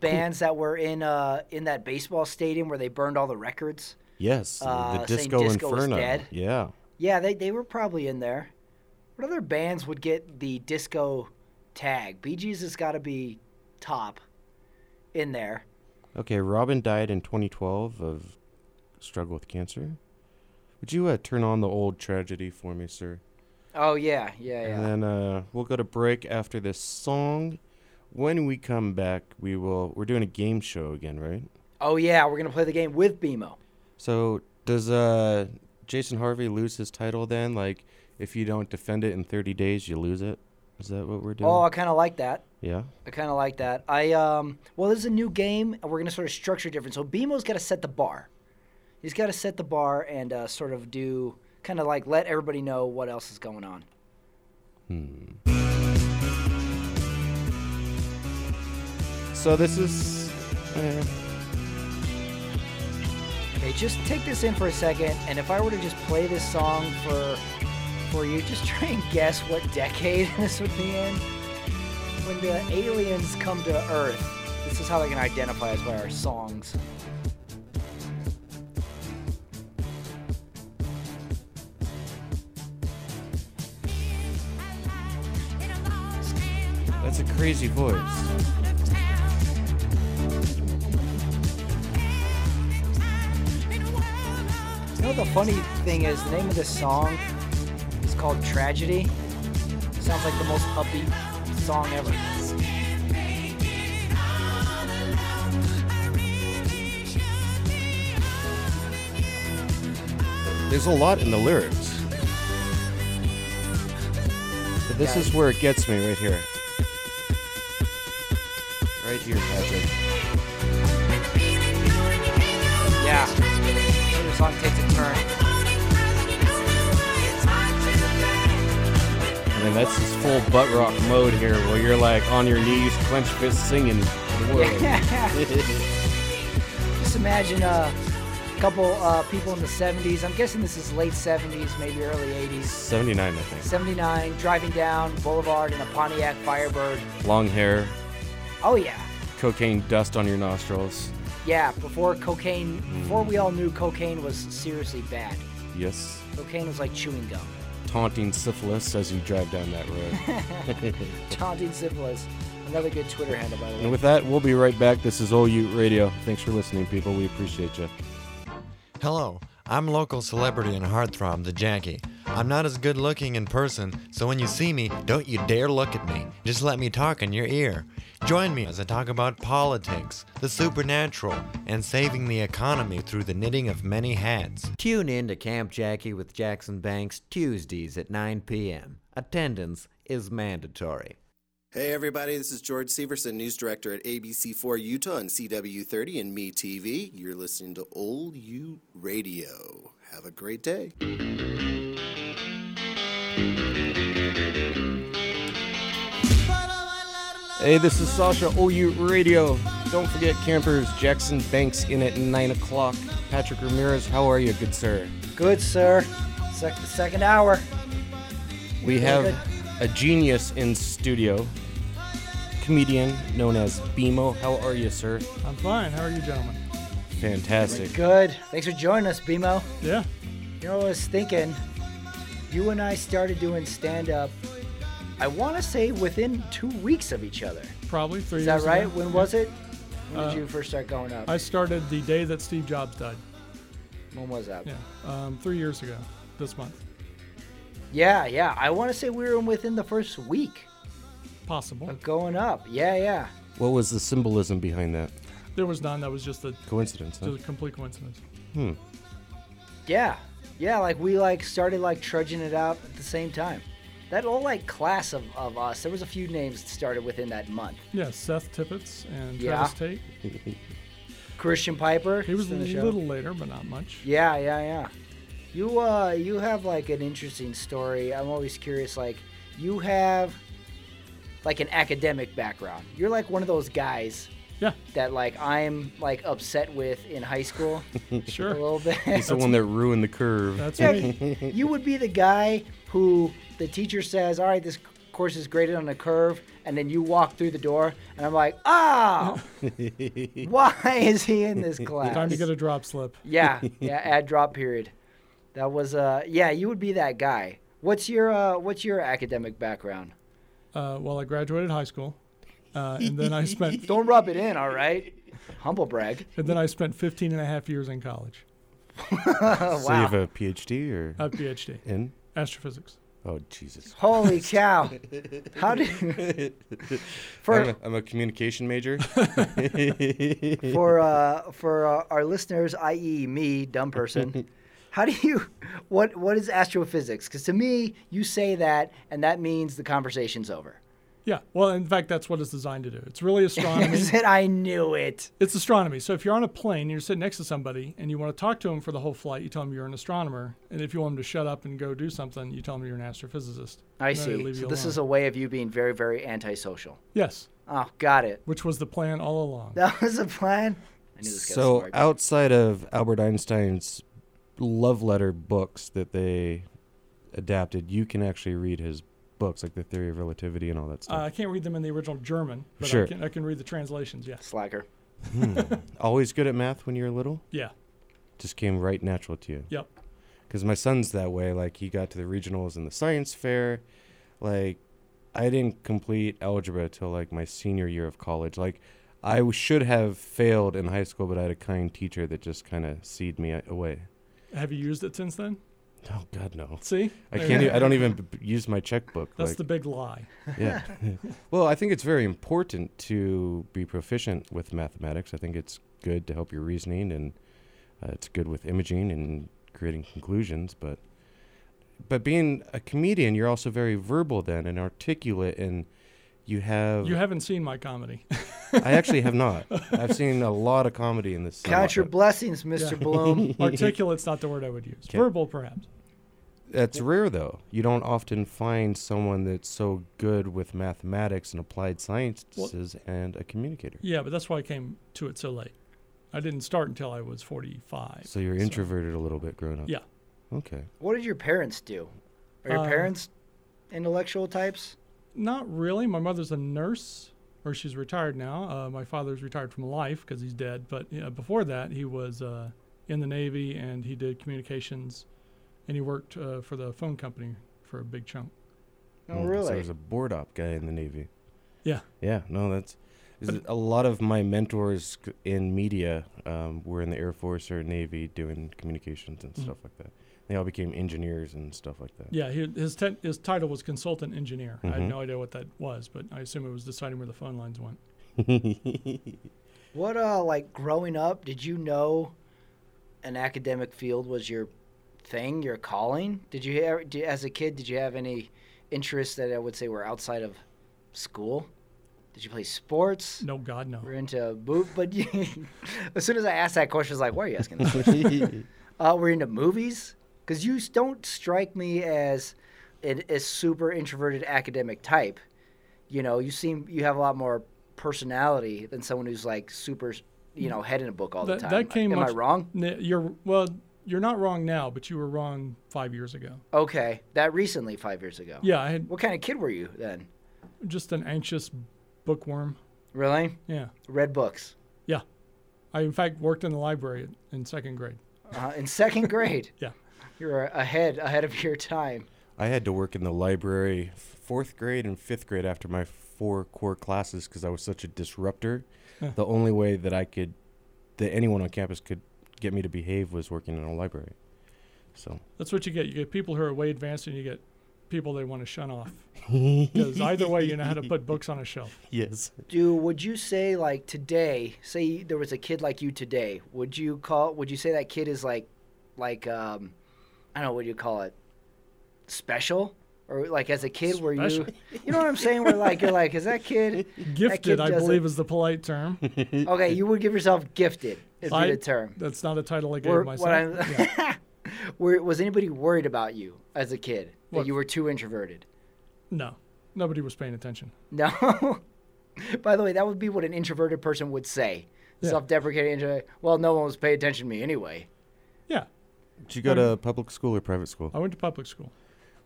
bands that were in uh, in that baseball stadium where they burned all the records? Yes, the- Uh, the saying Disco disco is Inferno. dead. Yeah. Yeah, they, they were probably in there. What other bands would get the disco tag? Bee Gees has got to be top in there. Okay, Robin died in 2012 of struggle with cancer. Would you uh, turn on the old tragedy for me, sir? Oh, yeah, yeah, yeah. And then uh, we'll go to break after this song. When we come back, we will. We're doing a game show again, right? oh, yeah, we're going to play the game with BMO. So does uh, Jason Harvey lose his title then? Like, if you don't defend it in 30 days, you lose it. Is that what we're doing? Oh, I kind of like that. yeah. I kind of like that. I um well, this is a new game, and we're gonna sort of structure different. So BMO's got to set the bar. He's got to set the bar and uh, sort of do kind of like let everybody know what else is going on. So this is. Uh, Okay, just take this in for a second, and if I were to just play this song for for you, just <laughs> try and guess what decade <laughs> this would be in. When the aliens come to Earth, this is how they can identify us by our songs. that's a crazy voice. You know what the funny thing is? The name of this song is called Tragedy. It sounds like the most upbeat song ever. There's a lot in the lyrics. But this Yeah. is where it gets me right here. Right here, Patrick. Yeah. The song takes a turn. <laughs> I mean, that's this full butt rock mode here where you're like on your knees, clenched fists singing. The word. Just imagine uh, a couple uh, people in the 70s. I'm guessing this is late 70s, maybe early 80s. 79, I think. 79, driving down Boulevard in a Pontiac Firebird. Long hair, Oh, yeah. cocaine dust on your nostrils. Yeah, before cocaine, before we all knew cocaine was seriously bad. Yes. Cocaine was like chewing gum. <laughs> Taunting syphilis as you drive down that road. Taunting syphilis. Another good Twitter handle, by the way. and with that, we'll be right back. This is OU Radio. Thanks for listening, people. We appreciate you. Hello, I'm local celebrity and heartthrob, the Jackie. I'm not as good looking in person, so when you see me, don't you dare look at me. Just let me talk in your ear. Join me as I talk about politics, the supernatural, and saving the economy through the knitting of many hats. Tune in to Camp Jackie with Jackson Banks Tuesdays at 9 p.m. Attendance is mandatory. Hey, everybody, this is George Severson, news director at ABC4 Utah and CW30 and Me TV. You're listening to Old U Radio. Have a great day. Hey, this is Sasha OU Radio. Don't forget campers, Jackson Banks in at 9 o'clock. Patrick Ramirez, how are you, good sir? Good, sir. Sec- second hour. We have a genius in studio, comedian known as BMO. How are you, sir? I'm fine. How are you, gentlemen? Fantastic. Good. Thanks for joining us, BMO. Yeah. You know, I was thinking, you and I started doing stand up, I want to say within two weeks of each other. Probably three Is years that right? ago. Uh, When was it? When did you first start going up? I started the day that Steve Jobs died. when was that? Yeah. Um, three years ago this month. Yeah, yeah. I want to say we were within the first week Possible. of going up. Yeah, yeah. What was the symbolism behind that? There was none. That was just a, Coincidence, huh? just a complete coincidence. Yeah. Yeah, like we like started like trudging it out at the same time. That whole like class of, of us, there was a few names that started within that month. Yeah. Seth Tippett and Yeah. Travis Tate. Christian Piper. He was it's a in the show. little later, but not much. Yeah, yeah, yeah. You uh you have like an interesting story. I'm always curious like you have like an academic background. You're like one of those guys Yeah. that like I'm like upset with in high school a <laughs> Sure. little bit. He's <laughs> the one that ruined the curve. That's Yeah, <laughs> me. you would be the guy who the teacher says, "All right, this course is graded on a curve," and then you walk through the door, and I'm like, <laughs> "Oh, why is he in this class?" Time to get a drop slip. yeah, yeah. Add drop period. That was uh yeah, you would be that guy. What's your uh what's your academic background? Uh, well, I graduated high school, uh, and then I <laughs> spent Don't rub it in, all right? Humble brag. and then I spent 15 and a half years in college. Oh, So you have wow. a PhD or A PhD, in? astrophysics. Oh Jesus! Holy cow. How did I'm for a, I'm a communication major. for uh for uh, our listeners, i.e. me, dumb person, how do you what what is astrophysics? Cuz to me, you say that and that means the conversation's over. Yeah. Well, in fact, that's what it's designed to do. <laughs> It's really astronomy. Is it? I knew it. It's astronomy. So if you're on a plane and you're sitting next to somebody and you want to talk to them for the whole flight, you tell them you're an astronomer. And if you want them to shut up and go do something, you tell them you're an astrophysicist. I And then they see. leave So you this alone. is a way of you being very very antisocial. yes, Oh, got it. <laughs> which was the plan all along. That was a plan. I knew this guy was so uh, smart. outside of Albert Einstein's love letter books that they adapted, you can actually read his books, like the theory of relativity and all that Uh, I stuff. can't read them in the original German, but Sure. I, can, I can read the translations. Yes. Slacker. Always good at math when you were little. Yeah. Just came right natural to you. Yep. because my son's that way. Like he got to the regionals and the science fair. Like I didn't complete algebra till like my senior year of college. Like I w- should have failed in high school, but I had a kind teacher that just kind of seed me a- away. Have you used it since then? Oh God, no! See? I There can't. you e- go. I don't even b- b- use my checkbook. That's like, the big lie. yeah. well, I think it's very important to be proficient with mathematics. I think it's good to help your reasoning, and uh, it's good with imaging and creating conclusions. But but being a comedian, you're also very verbal then and articulate, and you have. You haven't seen my comedy. <laughs> I actually have not. I've seen a lot of comedy in this. Count your summer, blessings, Mr. Yeah. <laughs> Bloom. Articulate's not the word I would use. Okay. Verbal, perhaps. but That's rare though. You don't often find someone that's so good with mathematics and applied sciences and a communicator. Yeah, but that's why I came to it so late. I didn't start until I was 45. So you're introverted a little bit growing up. Yeah. Okay. What did your parents do? Are your Uh, parents intellectual types? Not really. My mother's a nurse, or she's retired now. Uh, my father's retired from life because he's dead. But yeah, before that, he was uh, in the Navy and he did communications, and he worked uh, for the phone company for a big chunk. Oh, Mm, So really? there's a board op guy in the Navy. Yeah. Yeah. No, that's. is it- a lot of my mentors c- in media um, were in the Air Force or Navy doing communications and stuff like that. They all became engineers and stuff like that. Yeah, he, his ten, his title was consultant engineer. I Mhm. had no idea what that was, but I assume it was deciding where the phone lines went. What, uh, like growing up, did you know an academic field was your thing, your calling? Did you, ever, do, as a kid, did you have any interests that I would say were outside of school? Did you play sports? No, God, no. We're into boot, but you- <laughs> as soon as I asked that question, I was like, "Why are you asking this question?" uh, we're into movies because you s- don't strike me as an, a super introverted academic type. You know, you seem you have a lot more personality than someone who's like super, you know, head in a book all the That, time. that came Am I much- wrong? N- you're well. You're not wrong now, but you were wrong five years ago. Okay, that recently, five years ago. Yeah, I had What kind of kid were you then? just an anxious bookworm. Really? Yeah. Read books I in fact worked in the library in second grade. uh, in second <laughs> grade. Yeah. you were ahead ahead of your time. I had to work in the library f- fourth grade and fifth grade after my four core classes because I was such a disruptor. The only way that I could, that anyone on campus could get me to behave was working in a library. So That's what you get. You get people who are way advanced, and you get people they want to shun off. Because either way, you know how to put books on a shelf. yes, Do would you say like today? Say there was a kid like you today. Would you call? Would you say that kid is like, like um, I don't know what do you call it, special or like as a kid were you? Special? <laughs> You know what I'm saying? Where like you're like is <laughs> that kid? Gifted, I doesn't- believe, is the <laughs> polite term. Okay, you would give yourself gifted is I- the term. That's not a title I gave Were, myself. what I'm, Yeah. <laughs> were, was anybody worried about you as a kid that What? you were too introverted? No, nobody was paying attention. No. <laughs> By the way, that would be what an introverted person would say. Yeah. Self-deprecating introvert. Well, no one was paying attention to me anyway. Yeah, Did you go to public school or private school? I went to public school.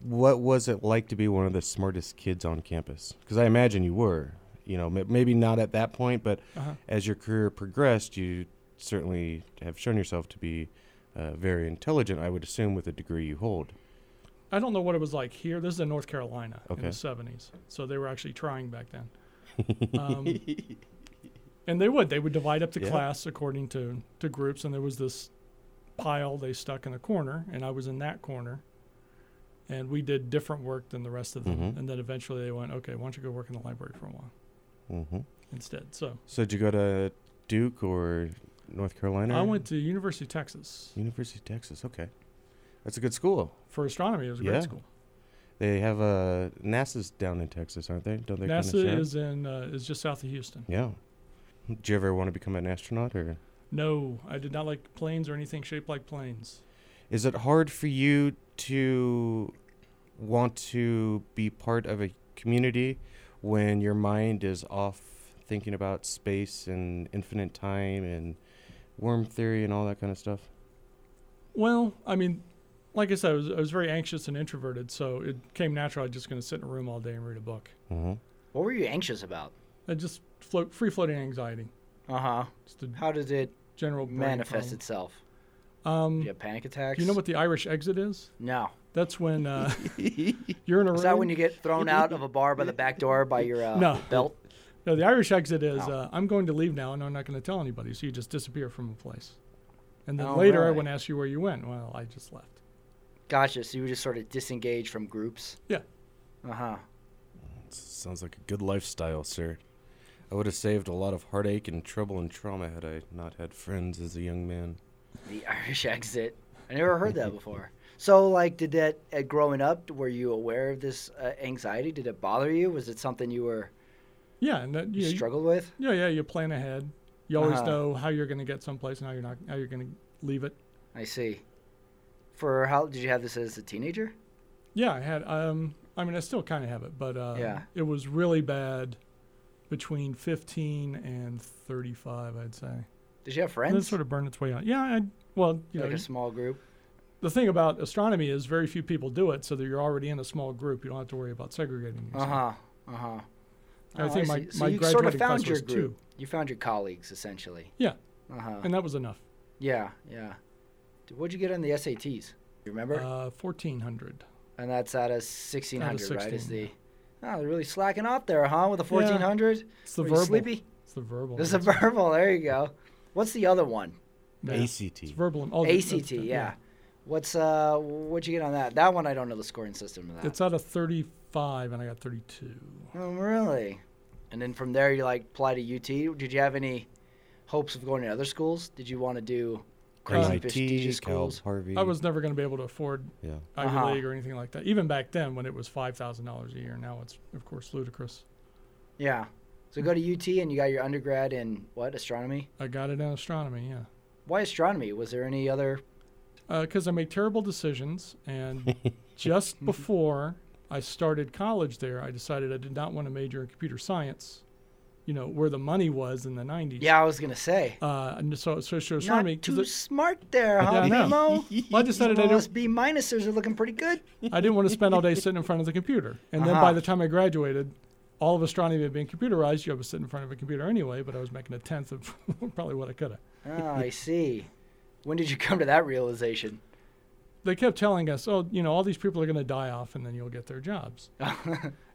What was it like to be one of the smartest kids on campus? Because I imagine you were. You know, m- maybe not at that Uh-huh. point, but as your career progressed, you certainly have shown yourself to be uh, very intelligent, I would assume, with the degree you hold. I don't know what it was like here. This is in North Carolina in Okay. the 70s. So they were actually trying back then. <laughs> Um, and they would. They would divide up the Yeah. class according to, to groups. And there was this pile they stuck in a corner. And I was in that corner. And we did different work than the rest of them. Mhm. And then eventually they went, okay, why don't you go work in the library for a while hmm instead? So So did you go to Duke or North Carolina? I went to University of Texas University of Texas. Okay, that's a good school. for astronomy. It was a Yeah. great school. They have uh, NASA's down in Texas, aren't they? Don't they? kinda share? NASA is in uh, is just south of Houston. Yeah. Did you ever want to become an astronaut, or No, I did not like planes or anything shaped like planes. is it hard for you to want to be part of a community when your mind is off thinking about space and infinite time and worm theory and all that kind of stuff? Well, I mean, like I said, I was, I was very anxious and introverted, so it came natural. I was just going to sit in a room all day and read a book. Mm-hmm. What were you anxious about? I just float, free floating anxiety. Uh huh. Just a How did it general Uh-huh. brain manifest problem. itself? Um, Do you have panic attacks? do you know what the Irish exit is? No. That's when uh, <laughs> you're in a room. Is that when you get thrown out of a bar by the back door by your uh, No. belt? No, the Irish exit is Oh. uh, I'm going to leave now and I'm not going to tell anybody. So you just disappear from a place. And then Oh, later I really? would ask you where you went. Well, I just left. Gotcha. So you were just sort of disengaged from groups. Yeah. Uh huh. Uh-huh. Sounds like a good lifestyle, sir. I would have saved a lot of heartache and trouble and trauma had I not had friends as a young man. The <laughs> Irish exit. I never heard that before. So, like, did that uh, growing up? Were you aware of this uh, anxiety? Did it bother you? Was it something you were Yeah, and that, you yeah, you- struggled with? yeah, yeah. You plan ahead. You always Uh-huh. know how you're going to get someplace and how you're not how you're going to leave it. I see. For how did you have this as a teenager? Yeah, I had. Um, I mean, I still kind of have it, but uh, Yeah. it was really bad between 15 and 35, I'd say. Did you have And it friends? sort of burned its way out. Yeah, I, well, you know, like a small group. the thing about astronomy is very few people do it, so that you're already in a small group. You don't have to worry about segregating Uh yourself. huh. Uh huh. I think my, Oh, so my you graduating sort of class found your was group. two. You found your colleagues essentially. Yeah, Uh huh. and that was enough. Yeah. Yeah. D- What'd you get on the SATs? You remember? Uh, 1400. and that's out of sixteen hundred, right? Is 16, the oh, they're really slacking off there, huh? With a fourteen hundred. It's the Were you verbal. sleepy? It's the verbal. This is a that's- verbal. There you go. What's the other one? yeah, ACT. It's verbal. and- oh, that's- ACT. yeah. Yeah. What's uh? What'd you get on that? That one I don't know the scoring system of that. It's out of 35, and I got 32. Oh, really? And then from there, you like apply to UT. Did you have any hopes of going to other schools? Did you want to do crazy prestigious Cal schools? Harvey. I was never going to be able to afford Yeah. Ivy Uh-huh. League or anything like that. Even back then, when it was five thousand dollars a year, now it's of course ludicrous. Yeah. So go to UT, and you got your undergrad in what? Astronomy. I got it in astronomy, yeah, Why astronomy? Was there any other? because I make terrible decisions. And just before I started college there, I decided I did not want to major in computer science. You know where the money was in the nineties. Yeah, I was gonna say. Uh, and so, so, so astronomy. Not 'cause too it- smart there, huh, Yeah, I know. Primo? <laughs> well, I decided I Those didn't, B minuses are looking pretty <laughs> good. I didn't want to spend all day sitting in front of the computer. And then by Uh-huh. the time I graduated, all of astronomy had been computerized. You was sitting in front of a computer anyway, but I was making a tenth of <laughs> probably what I could have. Oh, I see. When did you come to that realization? they kept telling us, oh, you know, all these people are going to die off and then you'll get their jobs.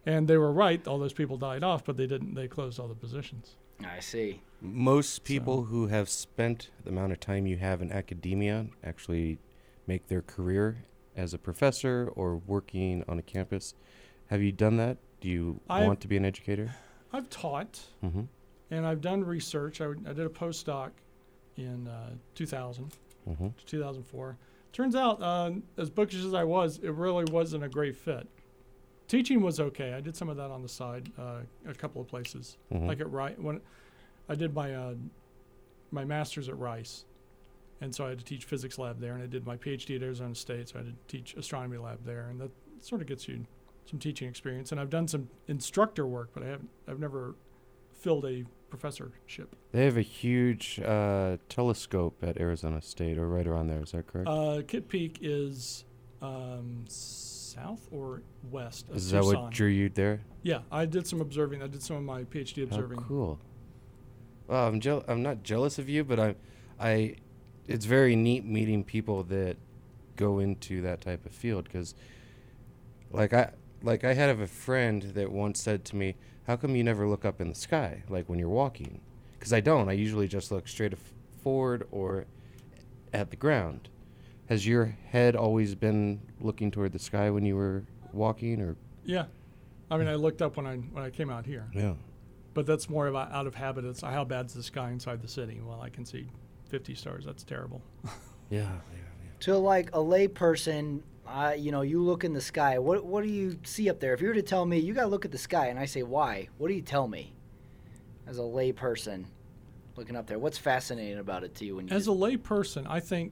and they were right. All those people died off, but they didn't. They closed all the positions. I see. Most people who have spent the amount of time you have in academia actually make their career as a professor or working on a campus. Have you done that? Do you I've- want to be an educator? I've taught Mhm. and I've done research. I, w- I did a postdoc in uh, 2000 Mhm. to 2004. Turns out, uh, as bookish as I was, it really wasn't a great fit. Teaching was okay. I did some of that on the side, uh, a couple of places, like at Rice. When I did my uh, my master's at Rice, and so I had to teach physics lab there, and I did my PhD at Arizona State, so I had to teach astronomy lab there, and that sort of gets you some teaching experience. And I've done some instructor work, but I haven't. I've never filled a professorship. They have a huge uh, telescope at Arizona State or right around there. Is that correct? Uh, Kit Peak is um, south or west of Is that Tucson. what drew you there? yeah, I did some observing. I did some of my PhD How observing. cool. Well, I'm jeal- I'm not jealous of you, but I'm I it's very neat meeting people that go into that type of field because like i like i had a friend that once said to me how come you never look up in the sky like when you're walking because i don't i usually just look straight af- forward or at the ground has your head always been looking toward the sky when you were walking or Yeah. I mean, I looked up when I when I came out here, yeah but that's more of a, out of habit. It's how bad's the sky inside the city? Well, I can see 50 stars. That's terrible. yeah, To like a lay person, uh, you know, you look in the sky. What what do you see up there? If you were to tell me you gotta look at the sky, and I say why, what do you tell me? As a lay person, looking up there, what's fascinating about it to you? When you As a just- lay person, I think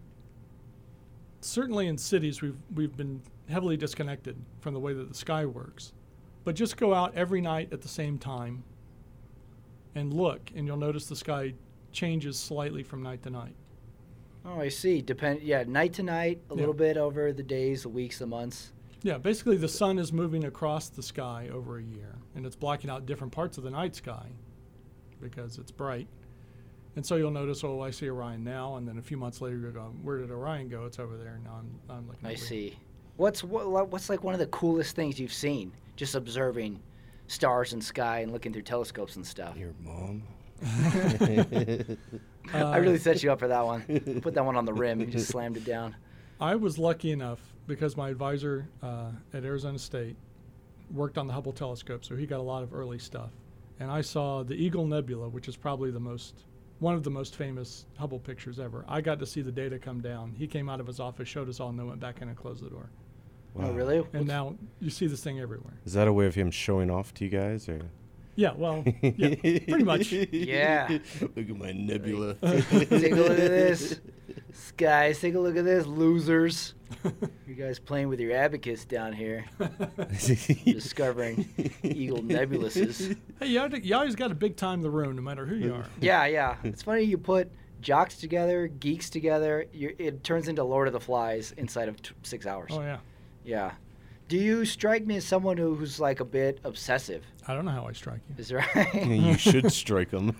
certainly in cities we've we've been heavily disconnected from the way that the sky works. But just go out every night at the same time and look and you'll notice the sky changes slightly from night to night. oh, I see. Depend yeah, night to night, a Yeah. little bit over the days, the weeks, the months. Yeah, basically the sun is moving across the sky over a year and it's blocking out different parts of the night sky because it's bright. And so you'll notice, oh, I see Orion now, and then a few months later you're going, where did Orion go? It's over there. Now I'm, I'm looking. I over here." see. What's what, what's like one of the coolest things you've seen? Just observing stars and sky and looking through telescopes and stuff. your mom <laughs> I Uh, really set you up for that one. Put that one on the rim. You just slammed it down. I was lucky enough because my advisor uh, at Arizona State worked on the Hubble telescope, so he got a lot of early stuff. And I saw the Eagle Nebula, which is probably the most one of the most famous Hubble pictures ever. I got to see the data come down. He came out of his office, showed us all, and then went back in and closed the door. Oh, really? And now you see this thing everywhere. is that a way of him showing off to you guys or Yeah, well, <laughs> yeah, pretty much. Yeah. look at my nebula take a look at <laughs> this. Guys, take a look at this, losers. You guys playing with your abacus down <laughs> here, discovering Eagle Nebulous. Hey, you, had- you always got to big time the room, no matter who you are. Yeah, yeah. It's funny you put jocks together, geeks together. you it turns into Lord of the Flies inside of t- six hours. Oh yeah, Yeah. Do you strike me as someone who, who's like a bit obsessive? I don't know how I strike <laughs> you. <laughs> Is that right? <laughs> you should strike him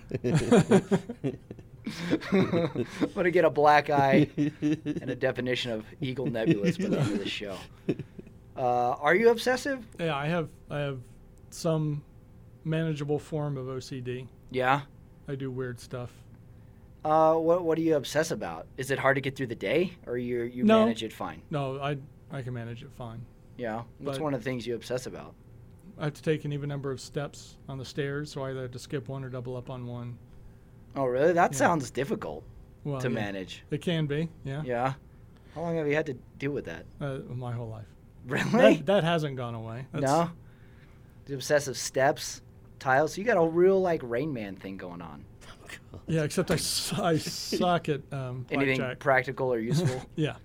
I'm gonna get a black eye and a definition of Eagle Nebulous by the end <laughs> of the show. Uh, are you obsessive? Yeah, I have I have some manageable form of OCD. Yeah. I do weird stuff. Uh, what What do you obsess about? Is it hard to get through the day, or you you No. manage it fine? No, I I can manage it fine. Yeah. What's But- one of the things you obsess about? I have to take an even number of steps on the stairs, so I either have to skip one or double up on one. Oh, really? That sounds difficult Well, to yeah, manage. it can be, yeah, Yeah. How long have you had to deal with that? <laughs> Uh, my whole life. Really? That, that hasn't gone away. That's, no. The obsessive steps, tiles. You got a real like Rain Man thing going on. Yeah, except I, s- I suck at um, Anything blackjack. practical or useful? <laughs> yeah,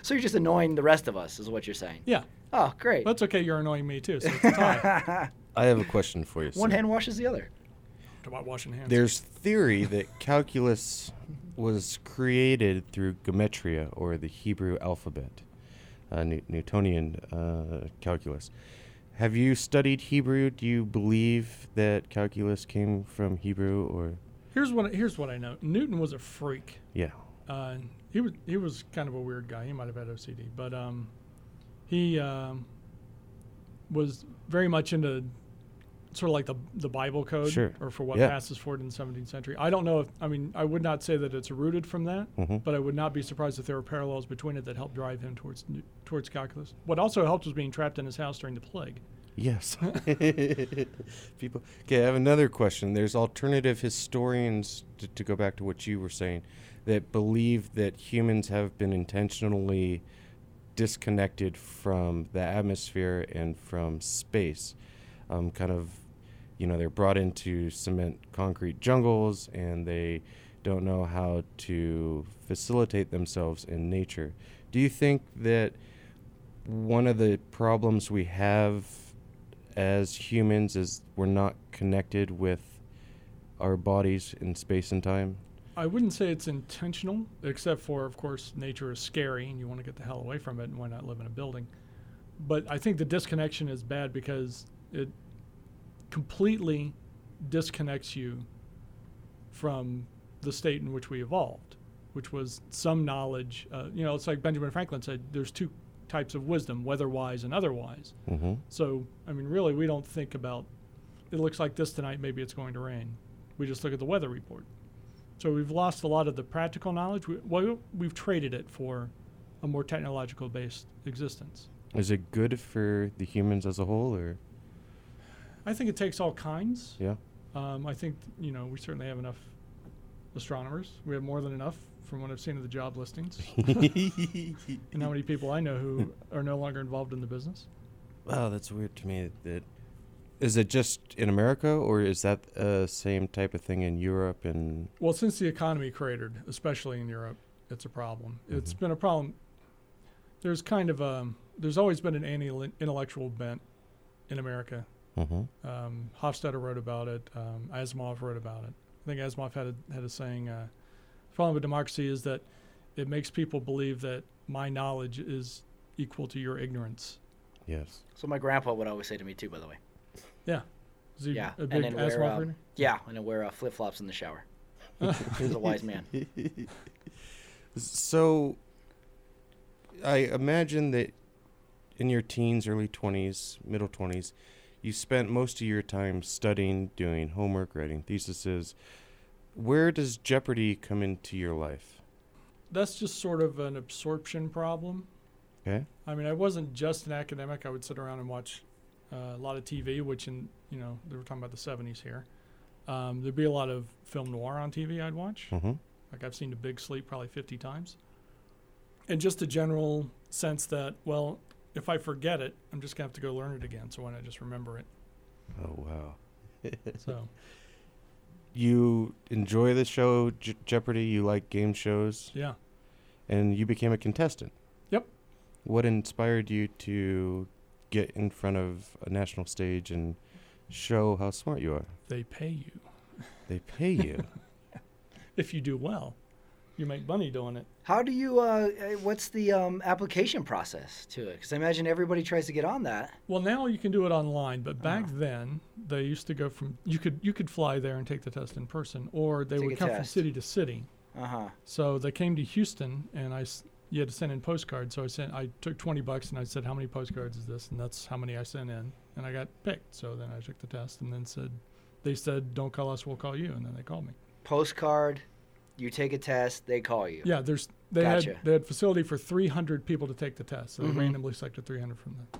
so you're just annoying the rest of us, is what you're saying. yeah. Oh, great. That's okay. You're annoying me too. <laughs> So it's a tie. i have a question for you Sam. One hand washes the other. About washing hands. There's theory that calculus was created through gematria or the Hebrew alphabet, uh, New- Newtonian uh, calculus. Have you studied Hebrew? Do you believe that calculus came from Hebrew or Here's what here's what I know. Newton was a freak. yeah? uh, he was he was kind of a weird guy. He might have had OCD, but um, he um, was very much into sort of like the the Bible code, Sure. or for what Yeah. passes forward in the 17th century. I don't know if I mean I would not say that it's rooted from that, Mm-hmm. but I would not be surprised if there were parallels between it that helped drive him towards new- towards calculus. What also helped was being trapped in his house during the plague. Yes. <laughs> People. Okay, I have another question. There's alternative historians to, to go back to what you were saying that believe that humans have been intentionally disconnected from the atmosphere and from space. Um, kind of, you know, they're brought into cement concrete jungles and they don't know how to facilitate themselves in nature. Do you think that one of the problems we have as humans is we're not connected with our bodies in space and time. I wouldn't say it's intentional, except for, of course, nature is scary and you want to get the hell away from it, and why not live in a building? But I think the disconnection is bad because it completely disconnects you from the state in which we evolved. which was some knowledge. Uh, you know, it's like Benjamin Franklin said, there's two types of wisdom, weather-wise and otherwise. Mhm. So, I mean, really, we don't think about it looks like this tonight, maybe it's going to rain. We just look at the weather report. So we've lost a lot of the practical knowledge. We, well, we've traded it for a more technological based existence. Is it good for the humans as a whole, or I think it takes all kinds. yeah? Um, I think you know we certainly have enough astronomers. We have more than enough, from what I've seen of the job listings, and how many people I know who are no longer involved in the business. Wow, that's weird to me. That is it just in America, or is that uh, same type of thing in Europe? And Well, since the economy cratered, especially in Europe, it's a problem. It's been a problem. There's kind of a there's always been an anti-intellectual bent in America. Um, Hofstadter wrote about it. Um, Asimov wrote about it. I think Asimov had a, had a saying: uh, "The problem with democracy is that it makes people believe that my knowledge is equal to your ignorance." yes, So my grandpa would always say to me too, by the way. Yeah. Is he Yeah, a big and then wear Asimov uh, reader? yeah, and then wear uh, flip flops in the <laughs> shower. He's a wise man. so I imagine that in your teens, early twenties, middle twenties, you spent most of your time studying, doing homework, writing theses. Where does Jeopardy come into your life? That's just sort of an absorption problem. Okay. I mean, I wasn't just an academic. I would sit around and watch uh, a lot of TV, which in you know they were talking about the '70s here. Um, there'd be a lot of film noir on TV I'd watch. Mhm. Like I've seen The Big Sleep probably 50 times, and just a general sense that well, if I forget it, I'm just gonna have to go learn it again. So why not just remember it? Oh wow. So You enjoy the show Je- Jeopardy. You like game shows. yeah. and you became a contestant. Yep. What inspired you to get in front of a national stage and show how smart you are? they pay you. They pay you. If you do well, you make money doing it. How do you? Uh, eh, what's the um, application process to it? Because I imagine everybody tries to get on that. Well, now you can do it online, but back Oh. then they used to go from you could you could fly there and take the test in person, or they Take a would come from test. city to city. Uh huh. So they came to Houston, and I s- you had to send in postcards. So I sent I took twenty bucks and I said how many postcards is this, and that's how many I sent in, and I got picked. So then I took the test, and then said they said don't call us, we'll call you, and then they called me. Postcard. You take a test. They call you. Yeah, there's they Gotcha. Mm-hmm. had they had facility for three hundred people to take the test, so they randomly selected three hundred from the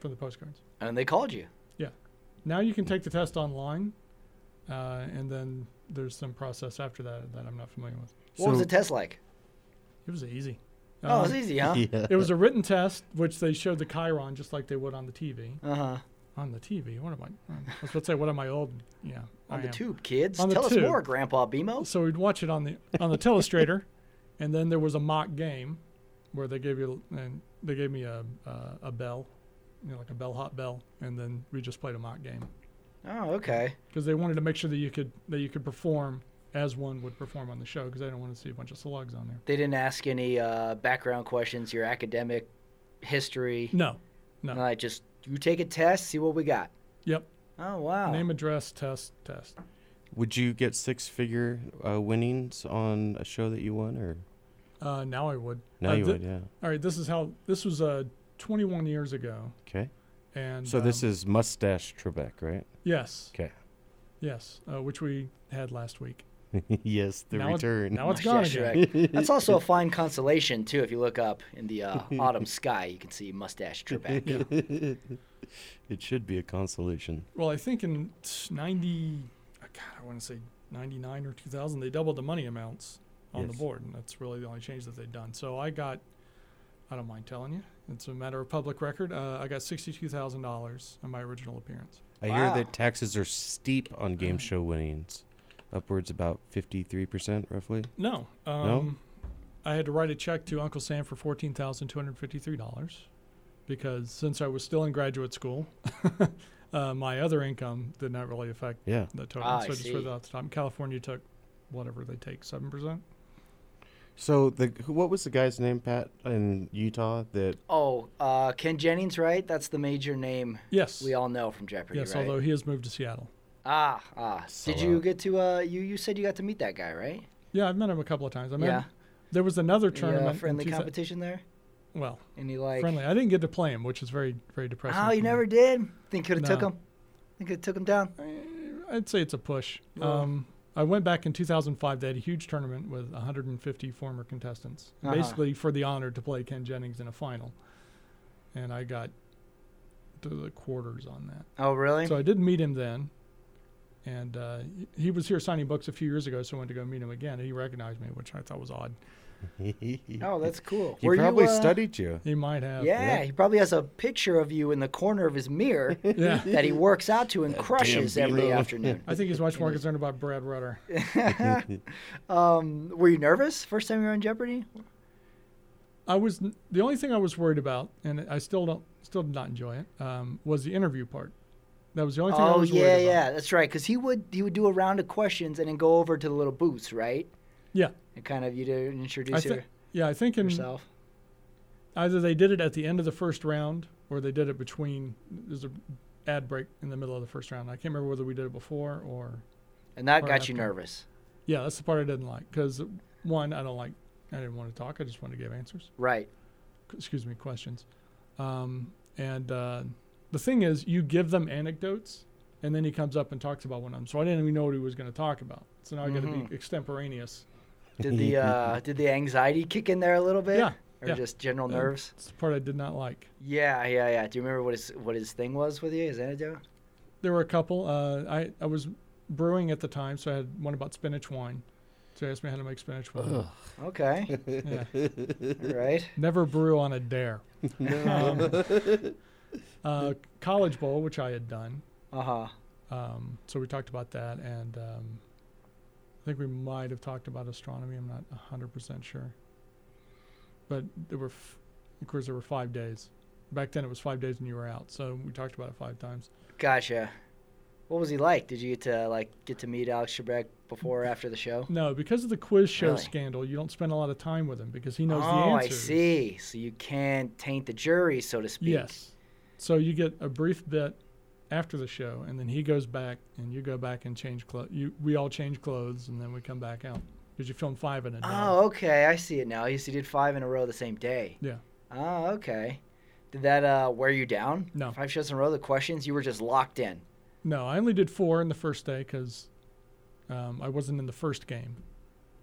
from the postcards. And they called you. Yeah. Now you can take the test online, uh, and then there's some process after that that I'm not familiar with. What was the test like? It was easy. Oh, it's Um, easy, <laughs> huh? it was a written test, which they showed the Chiron just like they would on the TV. Uh huh. On the TV? What am I? I was about to say, what am I old? Yeah. On I the am. tube, kids. On the Tell us tube. more, Grandpa Bimo. So we'd watch it on the on the telestrator, <laughs> and then there was a mock game, where they gave you and they gave me a a, a bell, you know, like a bell hot bell, and then we just played a mock game. Oh, okay. because they wanted to make sure that you could that you could perform as one would perform on the show because they don't want to see a bunch of slugs on there. They didn't ask any uh, background questions, your academic history. No, no. Like just you take a test, see what we got. Yep. Oh wow. Name, address, test, test. Would you get six figure uh, winnings on a show that you won, or Uh, now I would. now Uh, you thi- would? Yeah. All right. This is how. This was uh 21 years ago, Okay. and So this um, is Mustache Trebek, right? yes, Okay. <laughs> yes, uh, which we had last week. yes, the Now it- return. now it's Yeah, gone again. <laughs> Shrek. That's also a fine consolation too. If you look up in the uh, autumn sky, you can see mustache Trebek. Yeah. <laughs> it should be a consolation. Well, I think in 90, uh, God, I want to say 99 or 2000, they doubled the money amounts on the Yes. board, and that's really the only change that they've done. So I got, I don't mind telling you, it's a matter of public record. Uh, I got $62,000 on my original appearance. I hear Wow. that taxes are steep on Uh-huh. game show winnings, upwards about fifty three percent, roughly. No, um, I had to write a check to Uncle Sam for $14,253 because since I was still in graduate school, <laughs> uh, my other income did not really affect Yeah. the total. Ah, I so I just see. read that off the top. California took whatever they take, 7%. So the who- what was the guy's name, Pat, in Utah? That <laughs> Oh, uh, Ken Jennings, right? That's the major name Yes. we all know from Jeopardy, yes, right? although he has moved to Seattle. ah, ah. Did Sellout. uh, you get to? Uh, you you said you got to meet that guy, right? Yeah, I've met him a couple of times. I met Yeah. There was another Any, uh, tournament. in friendly 2000 competition there? Well, Any like? friendly. I didn't get to play him, which is very, very depressing. Oh, for you me. never did. Think could have took No. him. Think could have took him down. I'd say it's a push. Um, I went back in 2005. They had a huge tournament with 150 former contestants, Uh-huh. basically for the honor to play Ken Jennings in a final. And I got to the quarters on that. Oh, really? So I did meet him then, and uh, he was here signing books a few years ago. So I went to go meet him again, and he recognized me, which I thought was odd. oh, that's cool. He Were you, probably uh, studied you. He might have. Yeah, he probably has a picture of you in the corner of his mirror <laughs> Yeah. that he works out to and crushes every <laughs> afternoon. I think he's <laughs> much more concerned about Brad Rutter. Um, were you nervous first time you were on Jeopardy? I was n- the only thing I was worried about, and I still don't, still did not enjoy it. Um, was the interview part. That was the only thing I Oh was yeah, worried about. yeah, that's right. Because he would he would do a round of questions and then go over to the little booths, right? Yeah, And kind of you to introduce I think. your- Yeah, I think in yourself. either they did it at the end of the first round or they did it between. There's a ad break in the middle of the first round. I can't remember whether we did it before or. And that Or got you after. nervous, Yeah, that's the part I didn't like because one, I don't like. I didn't want to talk. I just wanted to give answers. right? c- Excuse me, questions. Um, and uh, the thing is, you give them anecdotes, and then he comes up and talks about one of them. So I didn't even know what he was going to talk about. So now I got to be extemporaneous. Did <laughs> the uh, did the anxiety kick in there a little bit? Yeah, Or yeah. just general nerves? That's the part I did not like. Yeah, yeah, yeah. Do you remember what his what his thing was with you? His anecdote? There were a couple. Uh, I I was brewing at the time, so I had one about spinach wine. So he asked me how to make spinach wine. <laughs> Okay. Yeah. All right. Never brew on a dare. Um, uh, college bowl, which I had done. Uh huh. Um, so we talked about that, and um, I think we might have talked about astronomy. I'm not 100% sure. But there were, f- of course, there were five days. Back then it was five days and you were out. So we talked about it five times. Gotcha. What was he like? Did you get to like get to meet Alex Trebek before or after the show? No, because of the quiz show Really? scandal, you don't spend a lot of time with him because he knows the Oh, I answers. see. So you can't taint the jury, so to speak. Yes. So you get a brief bit after the show, and then he goes back, and you go back and change clothes. You, we all change clothes, and then we come back out because you film five in a day. Oh, okay. I see it now. Yes, he did five in a row the same day. Yeah. Oh, okay. Did that uh, wear you down? No. Five shows in a row. The questions you were just locked in. No, I only did four in the first day because um, I wasn't in the first game.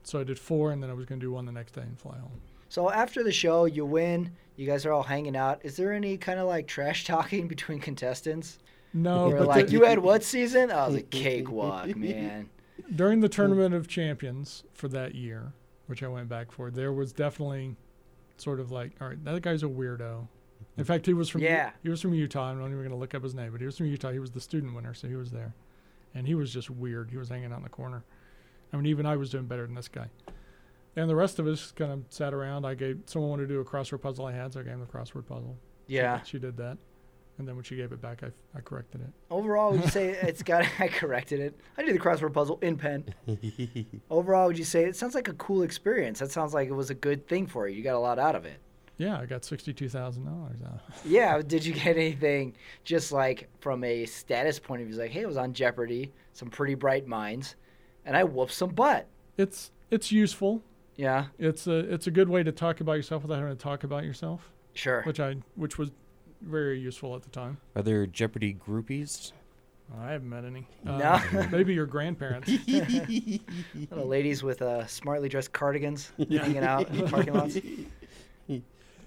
So I did four, and then I was going to do one the next day and fly home. So after the show, you win. You guys are all hanging out. Is there any kind of like trash <laughs> talking between contestants? No, Or but like the- you had what season? Oh, <laughs> the cakewalk, man. during Mm. the tournament of champions for that year, which I went back for, there was definitely sort of like, all right, that guy's a weirdo. In fact, he was from Yeah. he was from Utah. I'm not even going to look up his name, but he was from Utah. He was the student winner, so he was there, and he was just weird. He was hanging out in the corner. I mean, even I was doing better than this guy. And the rest of us kind of sat around. I gave someone wanted to do a crossword puzzle I had, so I gave him the crossword puzzle. She- Yeah. she, did that, and then when she gave it back, I, I corrected it. Overall, would you say it's got? <laughs> I corrected it. I did the crossword puzzle in pen. Overall, would you say it sounds like a cool experience? That sounds like it was a good thing for you. You got a lot out of it. Yeah, I got sixty-two thousand dollars out. Yeah. Did you get anything just like from a status point of view? Like, hey, I was on Jeopardy, some pretty bright minds, and I whooped some butt. It's it's useful. Yeah. it's a it's a good way to talk about yourself without having to talk about yourself, Sure. which I which was very useful at the time. Are there Jeopardy groupies? I haven't met any. No. Uh, <laughs> maybe your grandparents. The ladies with uh, smartly dressed <laughs> cardigans hanging out in the parking lots.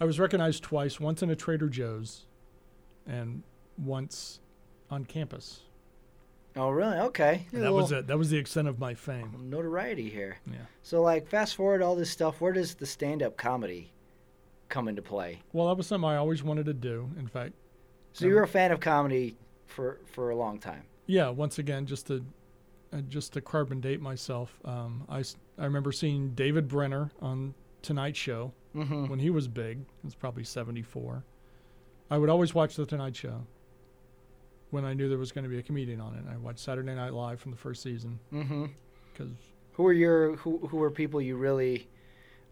I was recognized twice, once in a Trader Joe's, and once on campus. Oh, really? Okay. And that was it. That was the extent of my fame. Notoriety here. Yeah. So, like, fast forward all this stuff. Where does the stand-up comedy come into play? Well, that was something I always wanted to do. In fact, So Mm-hmm. you were a fan of comedy for for a long time. yeah. Once again, just to uh, just to carbon date myself, um, I s- I remember seeing David Brenner on Tonight Show. Mm-hmm. when he was big. It was probably 74. I would always watch The Tonight Show when I knew there was going to be a comedian on it. I watched Saturday Night Live from the first season Mm-hmm. because Who were your who who were people you really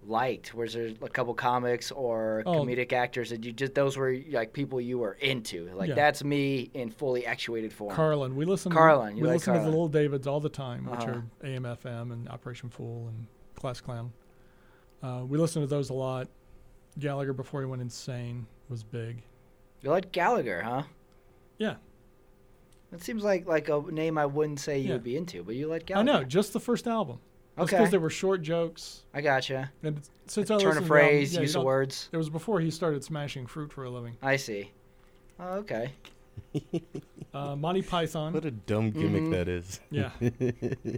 liked? Was there a couple comics or Oh. comedic actors that you just those were like people you were into? Like Yeah. that's me in fully actuated form. Carlin, we listen. Carlin, you we like listen to Carlin. the Little Davids all the time, which Uh-huh. are AMFM and Operation Fool and Class Clown. Uh, we listened to those a lot. Gallagher before he went insane was big. You like Gallagher, huh? Yeah. That seems like like a name I wouldn't say you Yeah. would be into, but you like I Gallagher. know, just the first album. Okay. Because there were short jokes. I gotcha. And it's- since Turn I listened of to the phrase, album- Oh, yeah, you use of don't- words. It was before he started smashing fruit for a living. I see. Oh, okay. Uh, Monty Python What a dumb gimmick Mm-hmm. that is. Yeah. <laughs>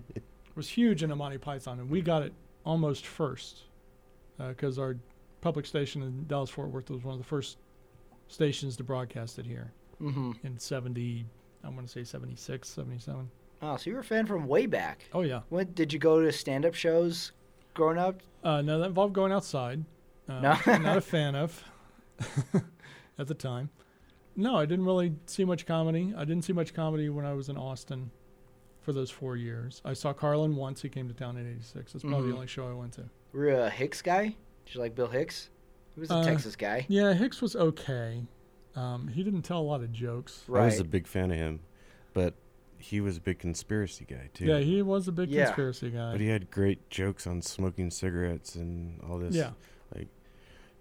was huge in Monty Python, and we got it almost first because our public station in Dallas Fort Worth was one of the first stations to broadcast it here Mm-hmm. in 70, I want to say 76, 77. Oh, so you were a fan from way back. Oh, yeah. When did you go to stand-up shows growing up? Uh, no, that involved going outside. Uh, No. <laughs> I'm not a fan of <laughs> at the time. No, I didn't really see much comedy. I didn't see much comedy when I was in Austin for those four years. I saw Carlin once. He came to town in '86. That's probably Mhm. the only show I went to. Were you a Hicks guy? Did you like Bill Hicks? He was a Uh, Texas guy. Yeah, Hicks was okay. Um, he didn't tell a lot of jokes. I was Right. a big fan of him, but he was a big conspiracy guy too. Yeah, he was a big Yeah. conspiracy guy. But he had great jokes on smoking cigarettes and all this. Yeah. Like,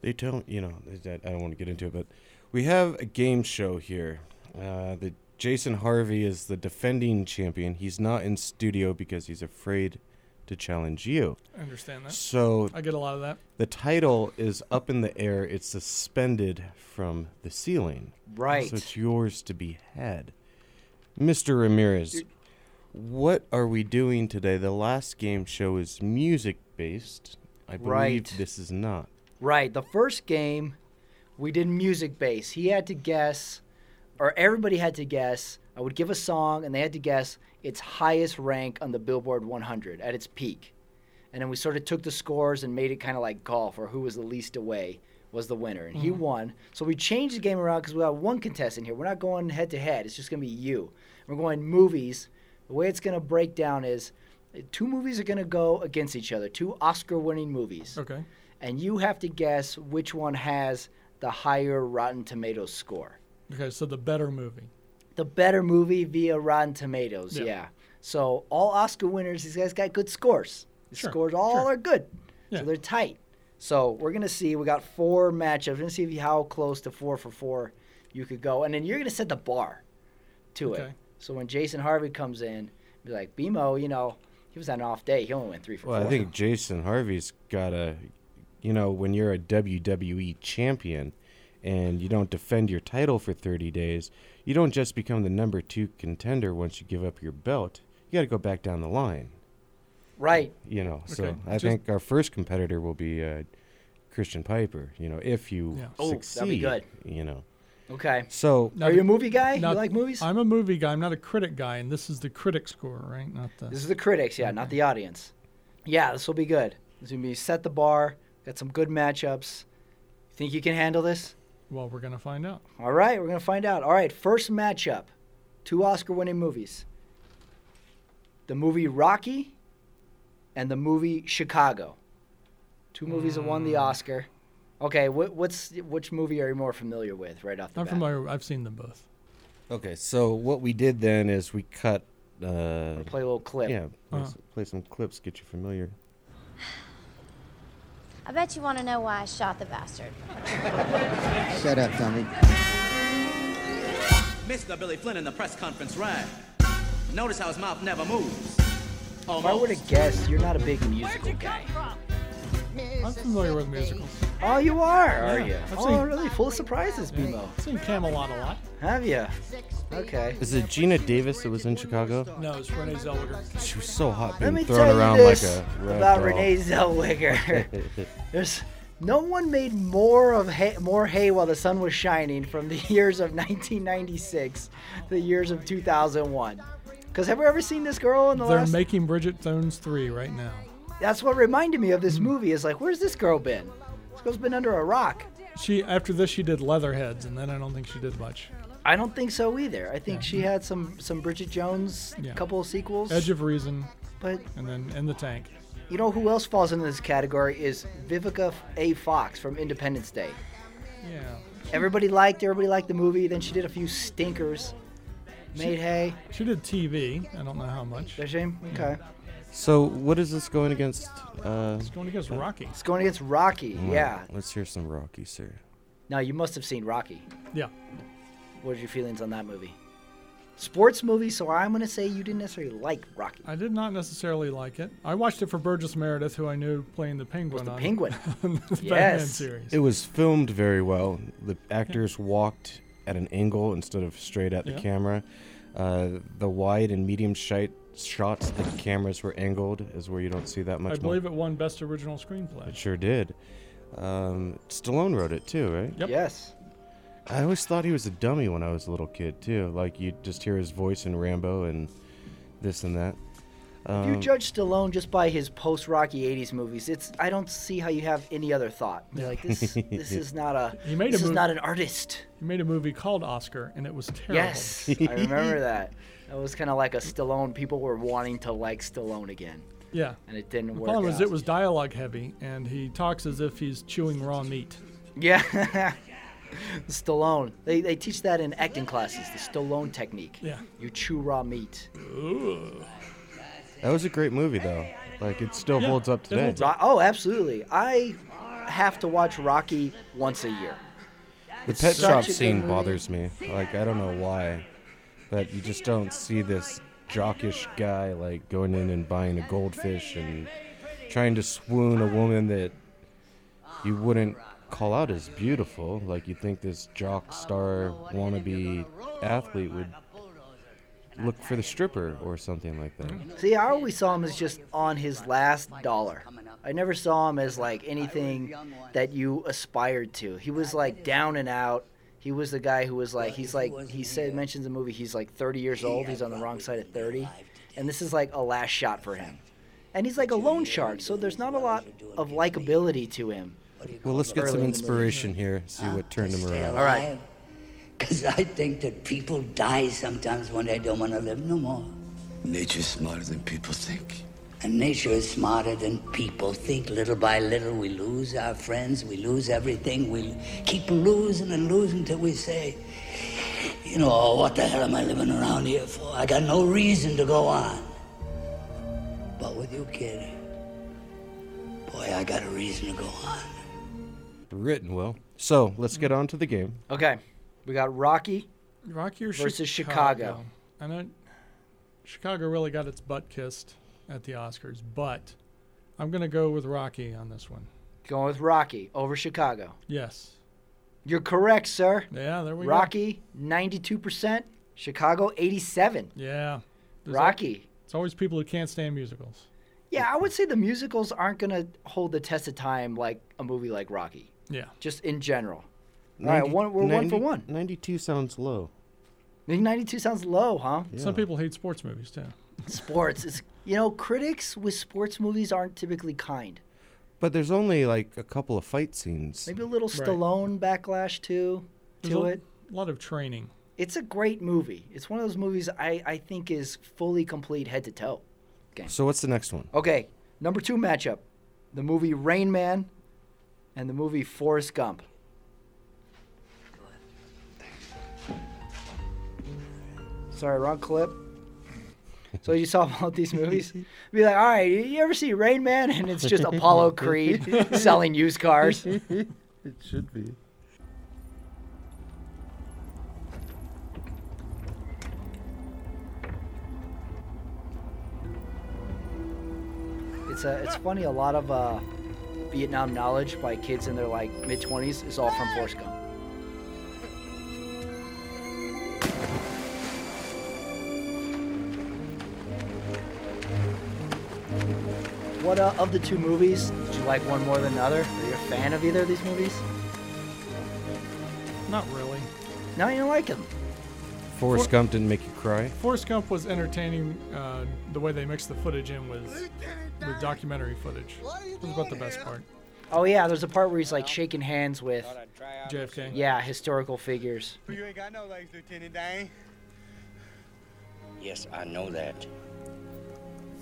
they tell you know, there's that- I don't want to get into it, but we have a game show here. Uh, the Jason Harvey is the defending champion. He's not in studio because he's afraid to challenge you. I understand that. So I get a lot of that. the title is up in the air. It's suspended from the ceiling. Right. So it's yours to be had. Mr. Ramirez, what are we doing today? The last game show is music based. I believe Right. this is not. Right. The first game, we did music base. He had to guess, or everybody had to guess. I would give a song, and they had to guess its highest rank on the Billboard 100 at its peak. And then we sort of took the scores and made it kind of like golf, or who was the least away was the winner. And he won. So we changed the game around because we got one contestant here. We're not going head to head, it's just going to be you. We're going movies. The way it's going to break down is uh, two movies are going to go against each other, two Oscar winning movies Okay. and you have to guess which one has the higher Rotten Tomatoes score. Okay, so the better movie. The better movie via Rotten Tomatoes, yeah. Yeah. So all Oscar winners, these guys got good scores. The Sure, scores all sure. are good. Yeah. So they're tight. So we're gonna see. We got four matchups. We're gonna see if you- how close to four for four you could go. And then you're gonna set the bar to it. Okay. So when Jason Harvey comes in, be like, Bimo, you know, he was on an off day. He only went three for Well, I four. think Jason Harvey's got a, you know, when you're a WWE champion and you don't defend your title for 30 days, you don't just become the number two contender once you give up your belt. You got to go back down the line. right. you know. So Okay, I just- think our first competitor will be uh, Christian Piper. You know, if you Yeah. Oh, that'd be succeed, good. you know. Okay. So Now Are the- you a movie guy? now- you like movies? I'm a movie guy. I'm not a critic guy, and this is the critic score, right? Not the. This is the critics, yeah, not the audience. Yeah, this will be good. This is gonna be set the bar. Got some good matchups. Think you can handle this? well, we're gonna find out. All right, we're gonna find out. All right, first matchup: two Oscar-winning movies. The movie Rocky, and the movie Chicago. Two movies that won the Oscar. Okay, what, what's which movie are you more familiar with right off the I'm bat? familiar. I've seen them both. okay, so what we did then is we cut. Uh, We'll play a little clip. yeah, play, Uh-huh. s- play some clips, get you familiar. I bet you want to know why I shot the bastard. Shut up, Tommy. Mr. Billy Flynn in the press conference rag. Notice how his mouth never moves. If I would Almost. have guessed, you're not a big musical guy. I'm familiar with musicals. Oh, you are, are Yeah, you? I've Oh, seen- really? Full of surprises, Bimo. I've seen Camelot a lot. Have you? Okay. Is it Gina Davis that was in Chicago? No, it's Renee Zellweger. She was so hot, Let being me thrown tell you around this like a rag about doll. <laughs> Renee Zellweger. There's no one made more of hay, more hay while the sun was shining from the <laughs> years of 1996 to the years of 2001. Because have we ever seen this girl in the They're last? making Bridget Jones three right now. That's what reminded me of this movie. Is like, where's this girl been? This girl's been under a rock. She after this she did Leatherheads, and then I don't think she did much. I don't think so either. I think she had some some Bridget Jones Yeah. couple of sequels. Edge of Reason, but and then In the Tank. you know who else falls into this category is Vivica A. Fox from Independence Day. Yeah. Everybody liked everybody liked the movie. Then she did a few stinkers. Made hay. She did TV. I don't know how much. Is that a shame? Okay. So what is this going against? Uh, It's going against Rocky. It's going against Rocky. all right, Yeah. Let's hear some Rocky, sir. Now you must have seen Rocky. Yeah. What are your feelings on that movie? Sports movie, so I'm gonna say you didn't necessarily like Rocky. I did not necessarily like it. I watched it for Burgess Meredith, who I knew playing the Penguin. the on, Penguin. on <laughs> the Batman Yes. series. It was filmed very well. The actors walked at an angle instead of straight at the Yeah. camera. Uh, the wide and medium shite shots, the cameras were angled, is where you don't see that much. I more. believe it won Best Original Screenplay. It sure did. Um, Stallone wrote it too, right? Yep. Yes. I always thought he was a dummy when I was a little kid too. Like you just hear his voice in Rambo and this and that. if Um, you judge Stallone just by his post Rocky '80s movies, it's I don't see how you have any other thought. You're Like <laughs> this, this is not a. He made a this is mov- not an artist. He made a movie called Oscar, and it was terrible. Yes, I remember that. That was kind of like a Stallone. People were wanting to like Stallone again, Yeah. and it didn't The work. problem out. is it was dialogue heavy, and he talks as if he's chewing raw meat. <laughs> Yeah. Stallone. They, they teach that in acting classes, the Stallone technique. Yeah. You chew raw meat. That was a great movie though. Like it still Yeah, holds up Ro- today. Oh, absolutely. I have to watch Rocky once a year. The It's pet such shop a good scene movie. bothers me. Like I don't know why, but you just don't see this jockish guy like going in and buying a goldfish and trying to swoon a woman that you wouldn't call out as beautiful. Like you think this jock star wannabe athlete would look for the stripper or something like that. See, I always saw him as just on his last dollar. I never saw him as like anything that you aspired to. He was like down and out. He was the guy who was like he's like he said mentions the movie he's like 30 years old. He's on the wrong side of 30, and this is like a last shot for him. And he's like a loan shark, so there's not a lot of likability to him. Well, let's get some Early in the movie. inspiration here. See what turned him stay around. alive. Because I think that people die sometimes when they don't want to live no more. Nature's smarter than people think. And nature is smarter than people think. Little by little, we lose our friends, we lose everything. We keep losing and losing till we say, you know, what the hell am I living around here for? I got no reason to go on. But with you, kid, boy, I got a reason to go on. Written well. So let's get on to the game. Okay, we got Rocky. Rocky or Versus Chicago? Chicago. I know Chicago really got its butt kissed at the Oscars, but I'm going to go with Rocky on this one. Going with Rocky over Chicago. Yes. You're correct, sir. Yeah, there we go. Rocky, 92%. Chicago, 87. Yeah. There's al- Rocky. It's always people who can't stand musicals. Yeah, I would say the musicals aren't going to hold the test of time like a movie like Rocky, Yeah. just in general. All right, one, we're one for one. 92 sounds low. I think 92 sounds low, huh? Some people hate sports movies too. Sports is, you know, critics with sports movies aren't typically kind. But there's only like a couple of fight scenes. Maybe a little Right. Stallone backlash too, There's to a it. lot of training. It's a great movie. It's one of those movies I, I think is fully complete head to toe. So what's the next one? Okay, number two matchup the movie Rain Man and the movie Forrest Gump. Sorry, wrong clip. So you saw both these movies? Be like, all right, you ever see Rain Man? And it's just Apollo Creed selling used cars. it should be. It's a, it's funny. A lot of uh, Vietnam knowledge by kids in their like mid twenties is all from Forrest Gump. What uh, of the two movies did you like one more than the other? Are you a fan of either of these movies? Not really. No, you don't like them. Forrest For- Gump didn't make you cry. Forrest Gump was entertaining. Uh, the way they mixed the footage in was with documentary footage. It was about the best part. Oh yeah, there's a part where he's like shaking hands with JFK. yeah historical figures. You ain't got no legs, Lieutenant Dane. Yes, I know that.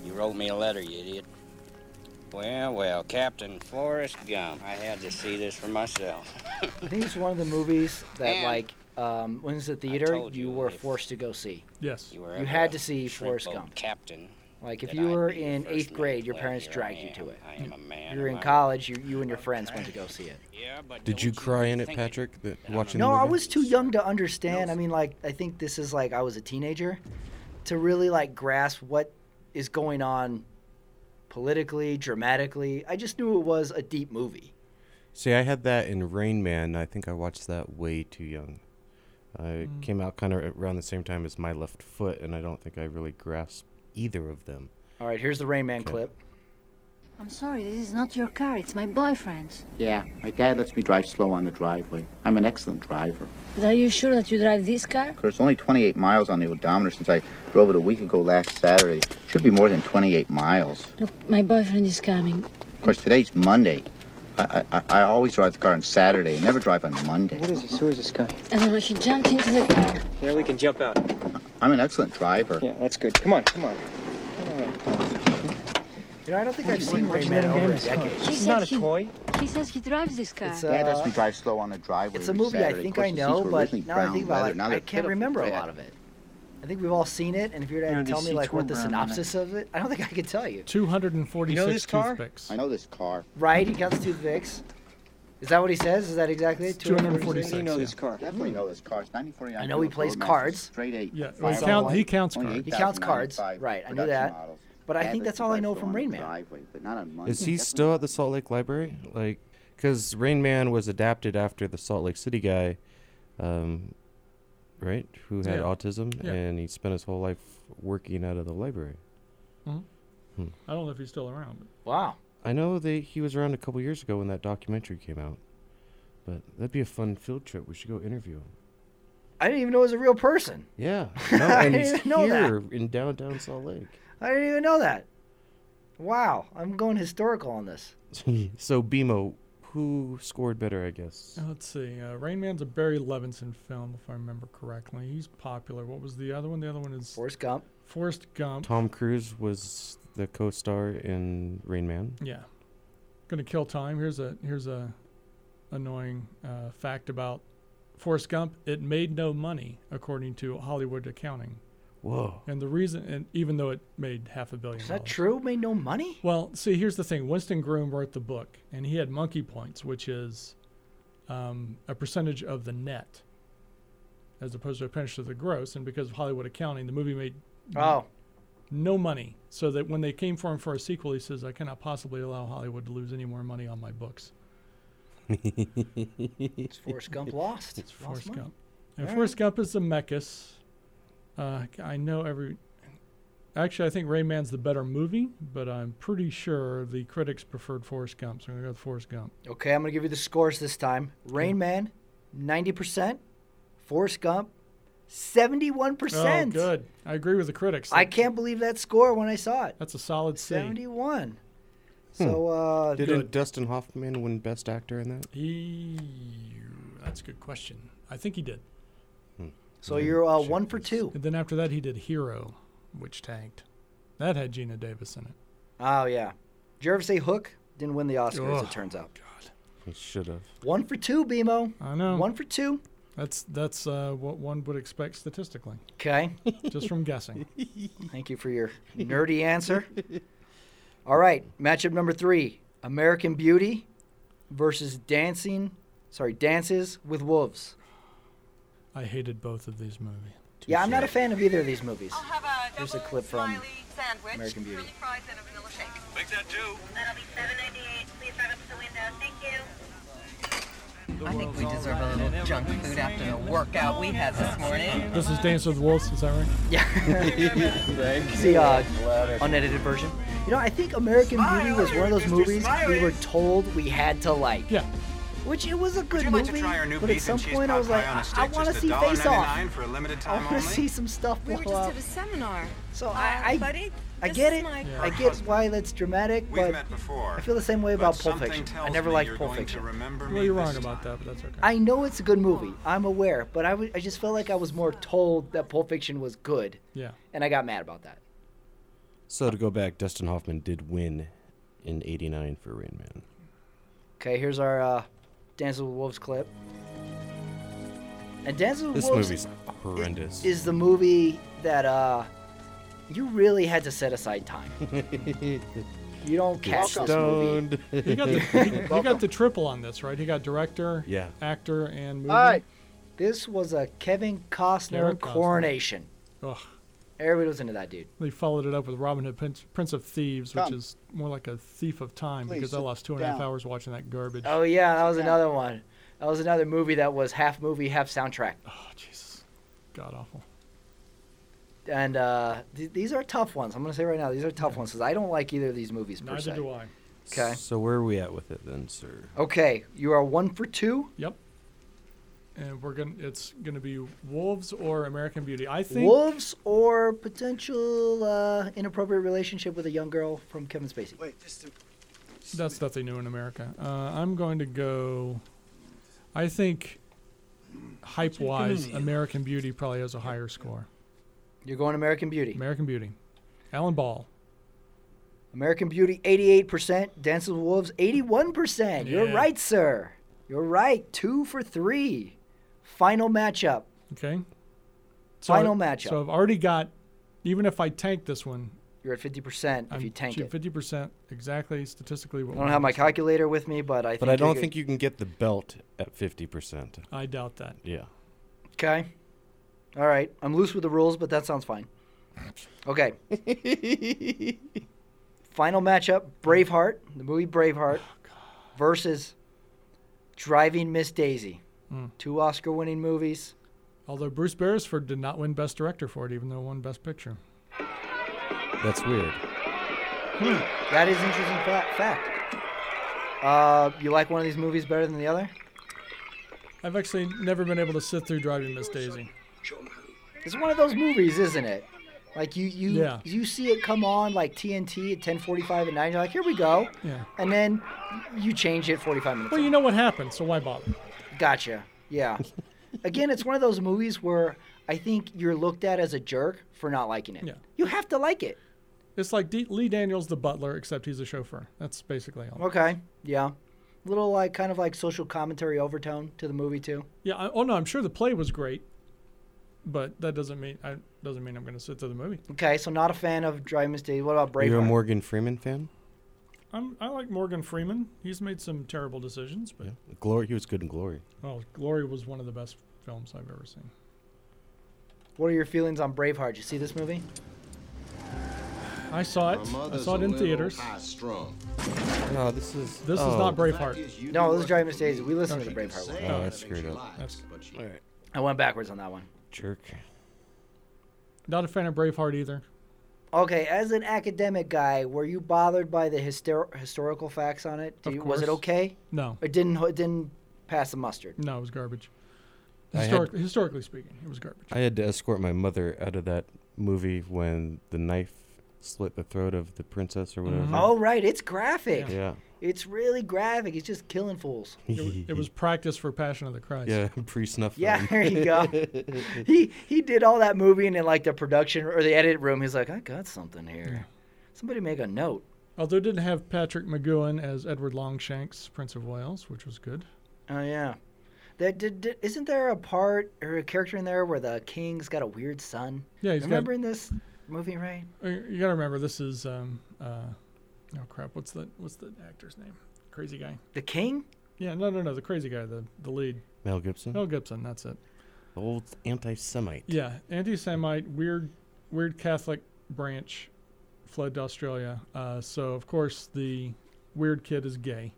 You wrote me a letter, you idiot. Well, well, Captain Forrest Gump. I had to see this for myself. I think it's one of the movies that And- like um, when it was at the theater told you were forced to go see. Yes. You, were You ever had a to see shrimp Forrest boat Gump. Captain. Like if that you I'd were be the in first eighth man grade, to your live. parents Here dragged I you to am. it. I am a man. You were in college. You, you and your friends went to go see it. Yeah, but Did you cry in it, Patrick? That, watching No, the I movie? was too young to understand. I mean, like, I think this is like I was a teenager to really like grasp what is going on politically, dramatically. I just knew it was a deep movie. See, I had that in Rain Man. I think I watched that way too young. Uh, Mm. It came out kind of around the same time as My Left Foot, and I don't think I really grasped either of them. All right, here's the Rain Man clip. I'm sorry, this is not your car, it's my boyfriend's. Yeah, my dad lets me drive slow on the driveway. I'm an excellent driver. But are you sure that you drive this car? There's only 28 miles on the odometer since I drove it a week ago last Saturday. Should be more than 28 miles. Look, my boyfriend is coming. Of course, today's Monday. I, I, I always drive the car on Saturday. I never drive on Monday. What is this? Who is this guy? I don't know, he jumped into the car. Yeah, we can jump out. I'm an excellent driver. Yeah, that's good. Come on, come on. You know, I don't think I've What- seen what- Rain what- Man over a what- decade. uh, He It's said not a he- toy. He says he drives this car. Dad lets me drive slow on the driveway. It's a every movie Saturday. I think Of course, I the know, seats were but originally now that I brown think about leather. it, Now I they're can't pitiful remember a red. lot of it. I think we've all seen it, and if you were to You know, the tell me seats like were what the brown on it. synopsis of it, I don't think I could tell you. 246 toothpicks. I know this car. Right, he counts toothpicks. Is that what he says? Is that exactly it? 246? You know this car. Definitely know this car. It's 1949. Hmm. I know he Ford plays Roadmaster, cards. Straight eight. Yeah, five he count- point, he counts only cards. 8,095 He counts cards. Right, I knew production that. models. But I Dad lets think that's me all I drive know slow from on the Rain Man. driveway, but not on Monday. Is he still at the Salt Lake Library? Like, because Rain Man was adapted after the Salt Lake City guy, um, right? Who had Yeah. autism, Yeah. and he spent his whole life working out of the library. I don't know if he's still around. But. Wow. I know that he was around a couple years ago when that documentary came out, but that'd be a fun field trip. We should go interview him. I didn't even know it was a real person. <laughs> Yeah, no, I and he's didn't know that. here in downtown Salt Lake. <laughs> I didn't even know that. Wow, I'm going historical on this. so Bimo, who scored better? I guess. Oh. Uh, Let's see. Uh, Rain Man's a Barry Levinson film, if I remember correctly. He's popular. What was the other one? The other one is Forrest Gump. Forrest Gump. Tom Cruise was the co-star in Rain Man. Yeah. Gonna kill time. Here's a here's a annoying uh, fact about Forrest Gump. It made no money according to Hollywood accounting. Whoa. And the reason, and even though it made half a billion. Is that true? Made no money? Well, see, here's the thing. Winston Groom wrote the book, and he had monkey points, which is um, a percentage of the net, as opposed to a percentage of the gross. And because of Hollywood accounting, the movie made Oh. no money. So that when they came for him for a sequel, he says, "I cannot possibly allow Hollywood to lose any more money on my books." it's Forrest Gump lost. It's Lost Forrest money. Gump. And All Forrest Gump is the Mechas. Uh, I know every. Actually, I think Rayman's the better movie, but I'm pretty sure the critics preferred Forrest Gump, so I'm gonna go with Forrest Gump. Okay, I'm gonna give you the scores this time. Rain Man, ninety percent. Forrest Gump, seventy-one Oh, percent. good. I agree with the critics. I can't believe that score when I saw it. That's a solid C. Seventy-one. Hmm. So uh, Didn't Dustin Hoffman win Best Actor in that? He, that's a good question. I think he did. So you're uh, one for two. And then after that, he did Hero, which tanked. That had Gina Davis in it. Oh yeah. Did you ever say Hook? Didn't win the Oscars. Ugh. It turns out. He should have. One for two, Bimo. I know. One for two. That's that's uh, what one would expect statistically, Okay. just <laughs> from guessing. Thank you for your nerdy answer. All right, matchup number three: American Beauty versus Dancing. Sorry, Dances with Wolves. I hated both of these movies. Yeah, I'm not a fan of either of these movies. Here's a clip from American Beauty. I think we deserve a little junk food after the workout we had this morning. This is Dance with Wolves, is that right? Yeah. See, uh, unedited version. You know, I think American Beauty was one of those movies we were told we had to like. Yeah. Which it was a good like to movie, try our new but at beef some and cheese point I pot was pie like, on a I, stick, want to just see Face $1.99 Off. for a limited I time want to only? see some stuff blow up. seminar. So I, I, buddy, I this get is it. my I car. get why that's dramatic, We've but met I feel the same way about Pulp Fiction. I never liked Pulp Fiction. Well, you're wrong about that, but that's okay. I know it's a good movie. I'm aware, but I wa- I just felt like I was more told that Pulp Fiction was good, Yeah. and I got mad about that. So to go back, Dustin Hoffman did win in '89 for Rain Man. Okay, here's our uh, Dance with Wolves clip. And Dance with This Wolves movie's horrendous. is the movie that uh, You really had to set <laughs> aside time. you don't catch this movie. He got, the, he, he got the triple on this, right? He got director, <laughs> Yeah. actor, and movie. All right. This was a Kevin Costner Kevin Costner. coronation. Ugh. Everybody was into that dude. They followed it up with Robin Hood, Prince, Prince of Thieves, which Come. is more like a thief of time Please because I sit lost two and a half down. hours watching that garbage. Oh yeah, that was another one. That was another movie that was half movie, half soundtrack. Oh Jesus, god awful. And uh, th- these are tough ones. I'm gonna say right now, these are tough ones because I don't like either of these movies. Per Neither se. do I. Okay. So where are we at with it then, sir? Okay, you are one for two. Yep. And we're gonna it's gonna be Wolves or American Beauty. I think Wolves or potential uh, inappropriate relationship with a young girl from Kevin Spacey. Wait, just that's nothing new in America. Uh, I'm going to go. I think hype wise, Chicken. American Beauty probably has a higher score. You're going American Beauty. American Beauty. Alan Ball. American Beauty, 88%. Dances with Wolves, 81%. You're Yeah. right, sir. You're right. Two for three. Final matchup. Okay. Final I- matchup. So I've already got, even if I tank this one, You're at 50% if you tank it. Fifty percent exactly statistically. What I we don't have my need. calculator with me, but I think. But I you're don't good. think you can get the belt at 50%. I doubt that. Yeah. Okay. All right. I'm loose with the rules, but that sounds fine. <laughs> Okay. Final matchup Braveheart, the movie Braveheart, Oh, versus Driving Miss Daisy. Mm. Two Oscar winning movies. Although Bruce Beresford did not win Best Director for it, even though it won Best Picture. That's weird. Hmm, that is interesting fa- fact. Uh, you like one of these movies better than the other? I've actually never been able to sit through Driving Miss Daisy. It's one of those movies, isn't it? Like you, you, Yeah. you see it come on like TNT at 10:45 at night. You're like, here we go, Yeah. and then you change it 45 minutes. Well, you know what happened, so why bother? Gotcha. <laughs> Yeah. Again, it's one of those movies where I think you're looked at as a jerk for not liking it. Yeah. You have to like it. It's like D- Lee Daniels the butler, except he's a chauffeur. That's basically all. Okay. Yeah. Little like kind of like social commentary overtone to the movie too. Yeah. I, oh no, I'm sure the play was great, but that doesn't mean I doesn't mean I'm going to sit through the movie. Okay, so not a fan of Driving Miss Daisy. What about Braveheart? You're a Morgan Freeman fan? I'm, I like Morgan Freeman. He's made some terrible decisions, but Glory. He was good in Glory. oh, Glory was one of the best films I've ever seen. What are your feelings on Braveheart? Did you see this movie? I saw it. I saw it in theaters. No, this is. This oh. is not Braveheart. No, this is Driving Miss Daisy. We listened to the Braveheart one. Oh, I screwed up. That's I went backwards on that one. Jerk. not a fan of Braveheart either. Okay, as an academic guy, were you bothered by the hyster- historical facts on it? Do Of you, was it course. okay? No, It didn't. It didn't pass the mustard. no, it was garbage. I had- Historic, historically speaking, it was garbage. I had to escort my mother out of that movie when the knife slit the throat of the princess or whatever. Oh right, it's graphic. Yeah. It's really graphic. It's just killing fools. It, w- it <laughs> was practice for Passion of the Christ. Yeah, <laughs> pre snuff. Yeah, <laughs> there you <laughs> go. he he did all that movie and in like the production or the edit room, he's like, I got something here. Somebody make a note. Although it didn't have Patrick McGowan as Edward Longshanks, Prince of Wales, which was good. Oh yeah. That did, did isn't there a part or a character in there where the king's got a weird son? Yeah, he's got- remember in this movie, right? Uh, You gotta remember, this is um, uh, oh crap, what's the what's the actor's name? Crazy guy. The king? Yeah, no, no, no, the crazy guy, the the lead, Mel Gibson. Mel Gibson. That's it. Old anti Semite. Yeah, anti-Semite, weird, weird Catholic branch, fled to Australia. Uh, so of course the weird kid is gay,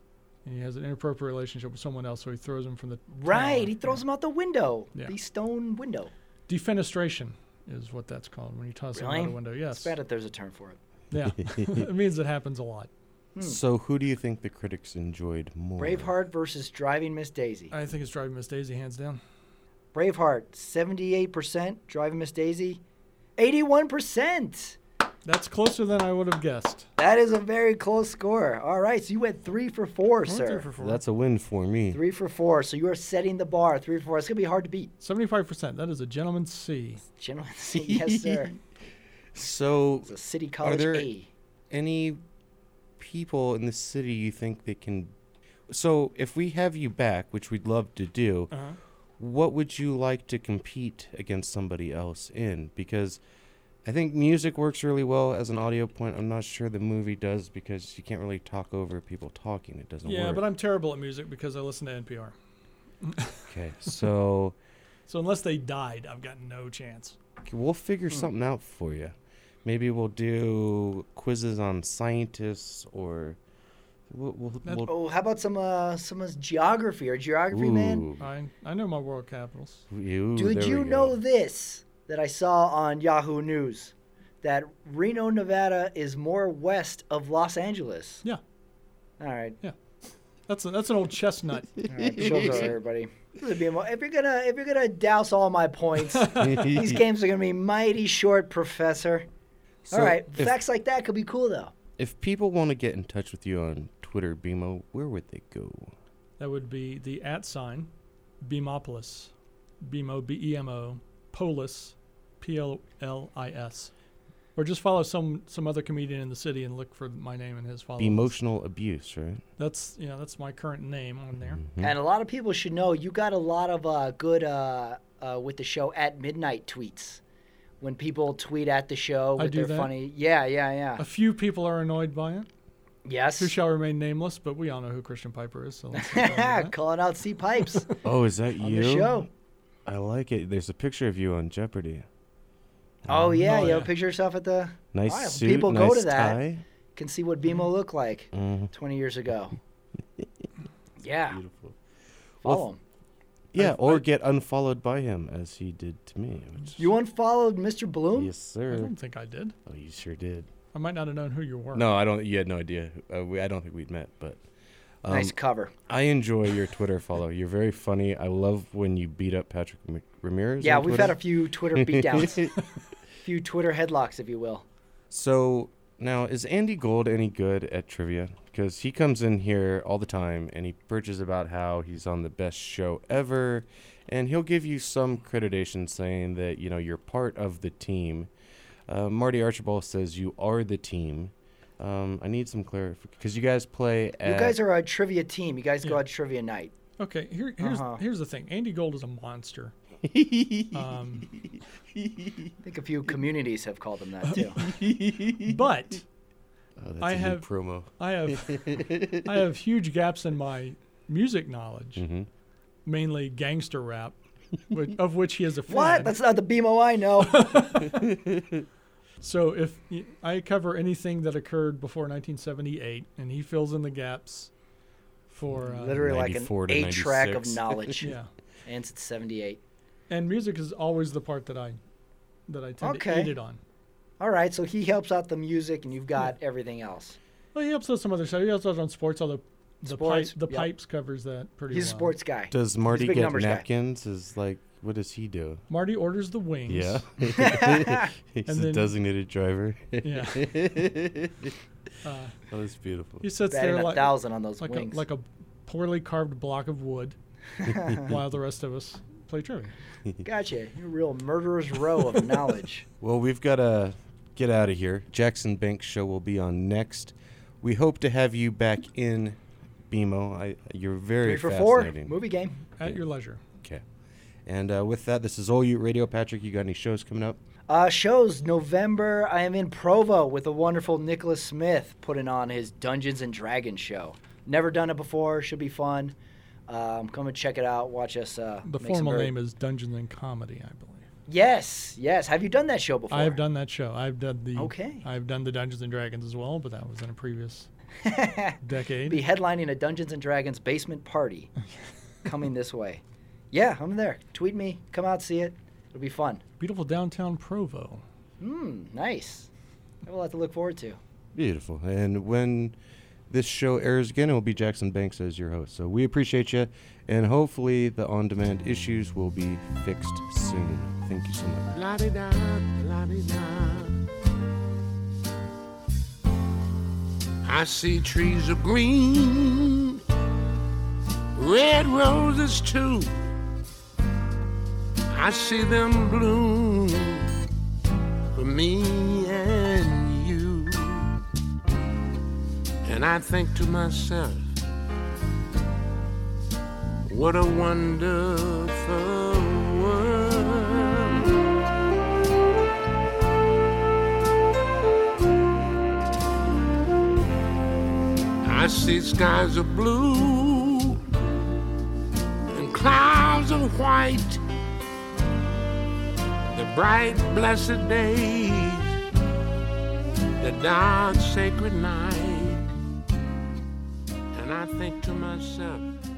and he has an inappropriate relationship with someone else. So he throws him from the Right, tower. he throws him out the window. Oh, Yeah. The stone window. Defenestration is what that's called when you toss him out Really? a window. It's Yes. bad that there's a term for it. Yeah, it means it happens a lot. So who do you think the critics enjoyed more? Hmm. Braveheart versus Driving Miss Daisy. I think it's driving Miss Daisy hands down. Braveheart, 78%. Driving Miss Daisy, 81%. That's closer than I would have guessed. That is a very close score. All right, so you went three for four, I went sir. three for four. That's a win for me. Three for four. So you are setting the bar. Three for four. It's going to be hard to beat. Seventy-five percent. That is a gentleman's C. <laughs> Gentlemen, <laughs> yes, sir. So It's a city are college there A. any people in the city you think they can? So if we have you back, which we'd love to do, Uh-huh. what would you like to compete against somebody else in? Because I think music works really well as an audio point. I'm not sure the movie does because you can't really talk over people talking. It doesn't Yeah, work. but I'm terrible at music because I listen to NPR. okay, so <laughs> So unless they died, I've got no chance. okay, we'll Hmm. figure something out for you. Maybe we'll do quizzes on scientists or we'll, we'll, we'll oh, how about some uh, someone's geography or geography man? Ooh. I, I know my world capitals. Ooh, Did there you we go. know this that I saw on Yahoo News? That Reno, Nevada is more west of Los Angeles. Yeah. All right. Yeah. That's a, that's an old chestnut. <laughs> All <laughs> right, show's over, everybody. This would be mo- If you're gonna if you're gonna douse all my points, <laughs> <laughs> these games are gonna be mighty short, Professor. So all right, if- facts like that could be cool though. If people want to get in touch with you on Twitter, Bimo, where would they go? Oh. That would be the at sign, Bemopolis, Bemo B E M O, Polis, P L L I S, or just follow some some other comedian in the city and look for my name and his followers. Emotional abuse, right? That's yeah, that's my current name on there. Hmm? And a lot of people should know you got a lot of uh, good uh, uh, with the show at midnight tweets. When people tweet at the show I with do their that? funny, yeah, yeah, yeah. A few people are annoyed by it. Yes. Who shall remain nameless, but we all know who Christian Piper is. So <laughs> let's Calling out C pipes. Oh, is that On the you? show. I like it. There's a picture of you on Jeopardy. oh yeah, Oh, you know, yeah. picture yourself at the Nice All right, suit, People go nice to that, tie. can see what BMO looked like Mhm. 20 <laughs> years ago. yeah. Beautiful. Follow Well, him. Yeah, or get unfollowed by him as he did to me. Which, You unfollowed Mr. Bloom? yes, sir. I don't think I did. Oh, you sure did. I might not have known who you were. No, I don't. You had no idea. Uh, we, I don't think we'd met, but um, Nice cover. I enjoy your Twitter follow. You're very funny. I love when you beat up Patrick Mc- Ramirez. yeah, on we've Twitter. had a <laughs> few Twitter beatdowns, a few Twitter headlocks, if you will. So now, is Andy Gold any good at trivia? Because he comes in here all the time and he birches about how he's on the best show ever, and he'll give you some credidation saying that you know you're part of the team. Uh, Marty Archibald says you are the team. Um, I need some clarification because you guys play. At, you guys are a trivia team. You guys go out trivia night. Okay, here, here's Uh-huh. here's the thing. Andy Gold is a <laughs> monster. um, I think a few communities have called <laughs> them that too. but Oh, that's I a new have promo. <laughs> I have I have huge gaps in my music knowledge, mainly <laughs> gangster rap, which, of which he is a fan. what? That's not the BMO <laughs> I know. So if y- I cover anything that occurred before 1978, and he fills in the gaps for uh, Literally like an 94 to eight track of 96. <laughs> knowledge. Yeah. And it's 78. and music is always the part that I that I tend to Okay. eat it on. All right, so he helps out the music, and you've got everything else. Well, he helps out some other stuff. He helps out on sports, although the Sports, pipe, the yep. pipes covers that pretty He's a well. sports guy. He's Does a Marty big get numbers guy. napkins? Is like what does he do? Marty orders the <laughs> wings. Yeah, <laughs> he's And a then- designated driver. <laughs> Yeah. Uh, oh, that's beautiful. He sits Batting there a like thousand on those like wings. A, like a poorly carved block <laughs> of wood, while the rest of us play trivia. Gotcha. You're a real murderer's row <laughs> of knowledge. Well, we've got to get out of here. Jackson Banks show will be on next. We hope to have you back in, Bimo. I, you're very Three for four. fascinating. Movie game. At your leisure. Okay. And uh, with that, this is all you radio, Patrick. You got any shows coming up? Uh, shows November. I am in Provo with the wonderful Nicholas Smith putting on his Dungeons and Dragons show. Never done it before. Should be fun. Um, come and check it out. Watch us. Uh, The make some formal very- name is Dungeons and Comedy, I believe. Yes, yes. Have you done that show before? I have done that show. I've done the Okay. I've done the Dungeons and Dragons as well, but that was in <laughs> a previous decade. Be headlining a Dungeons and Dragons basement <laughs> party coming this way. Yeah, I'm there. Tweet me. Come out, see it. It'll be fun. Beautiful downtown Provo. Hmm, nice. I have a lot to look forward to. Beautiful. And when this show airs again, it will be Jackson Banks as your host. So we appreciate you. And hopefully, the on demand issues will be fixed soon. Thank you so much. La-di-da, la-di-da. I see trees of green, red roses too. I see them bloom for me and you. And I think to myself, what a wonderful world. I see skies of blue and clouds of white. The bright, blessed days, the dark, sacred night. And I think to myself,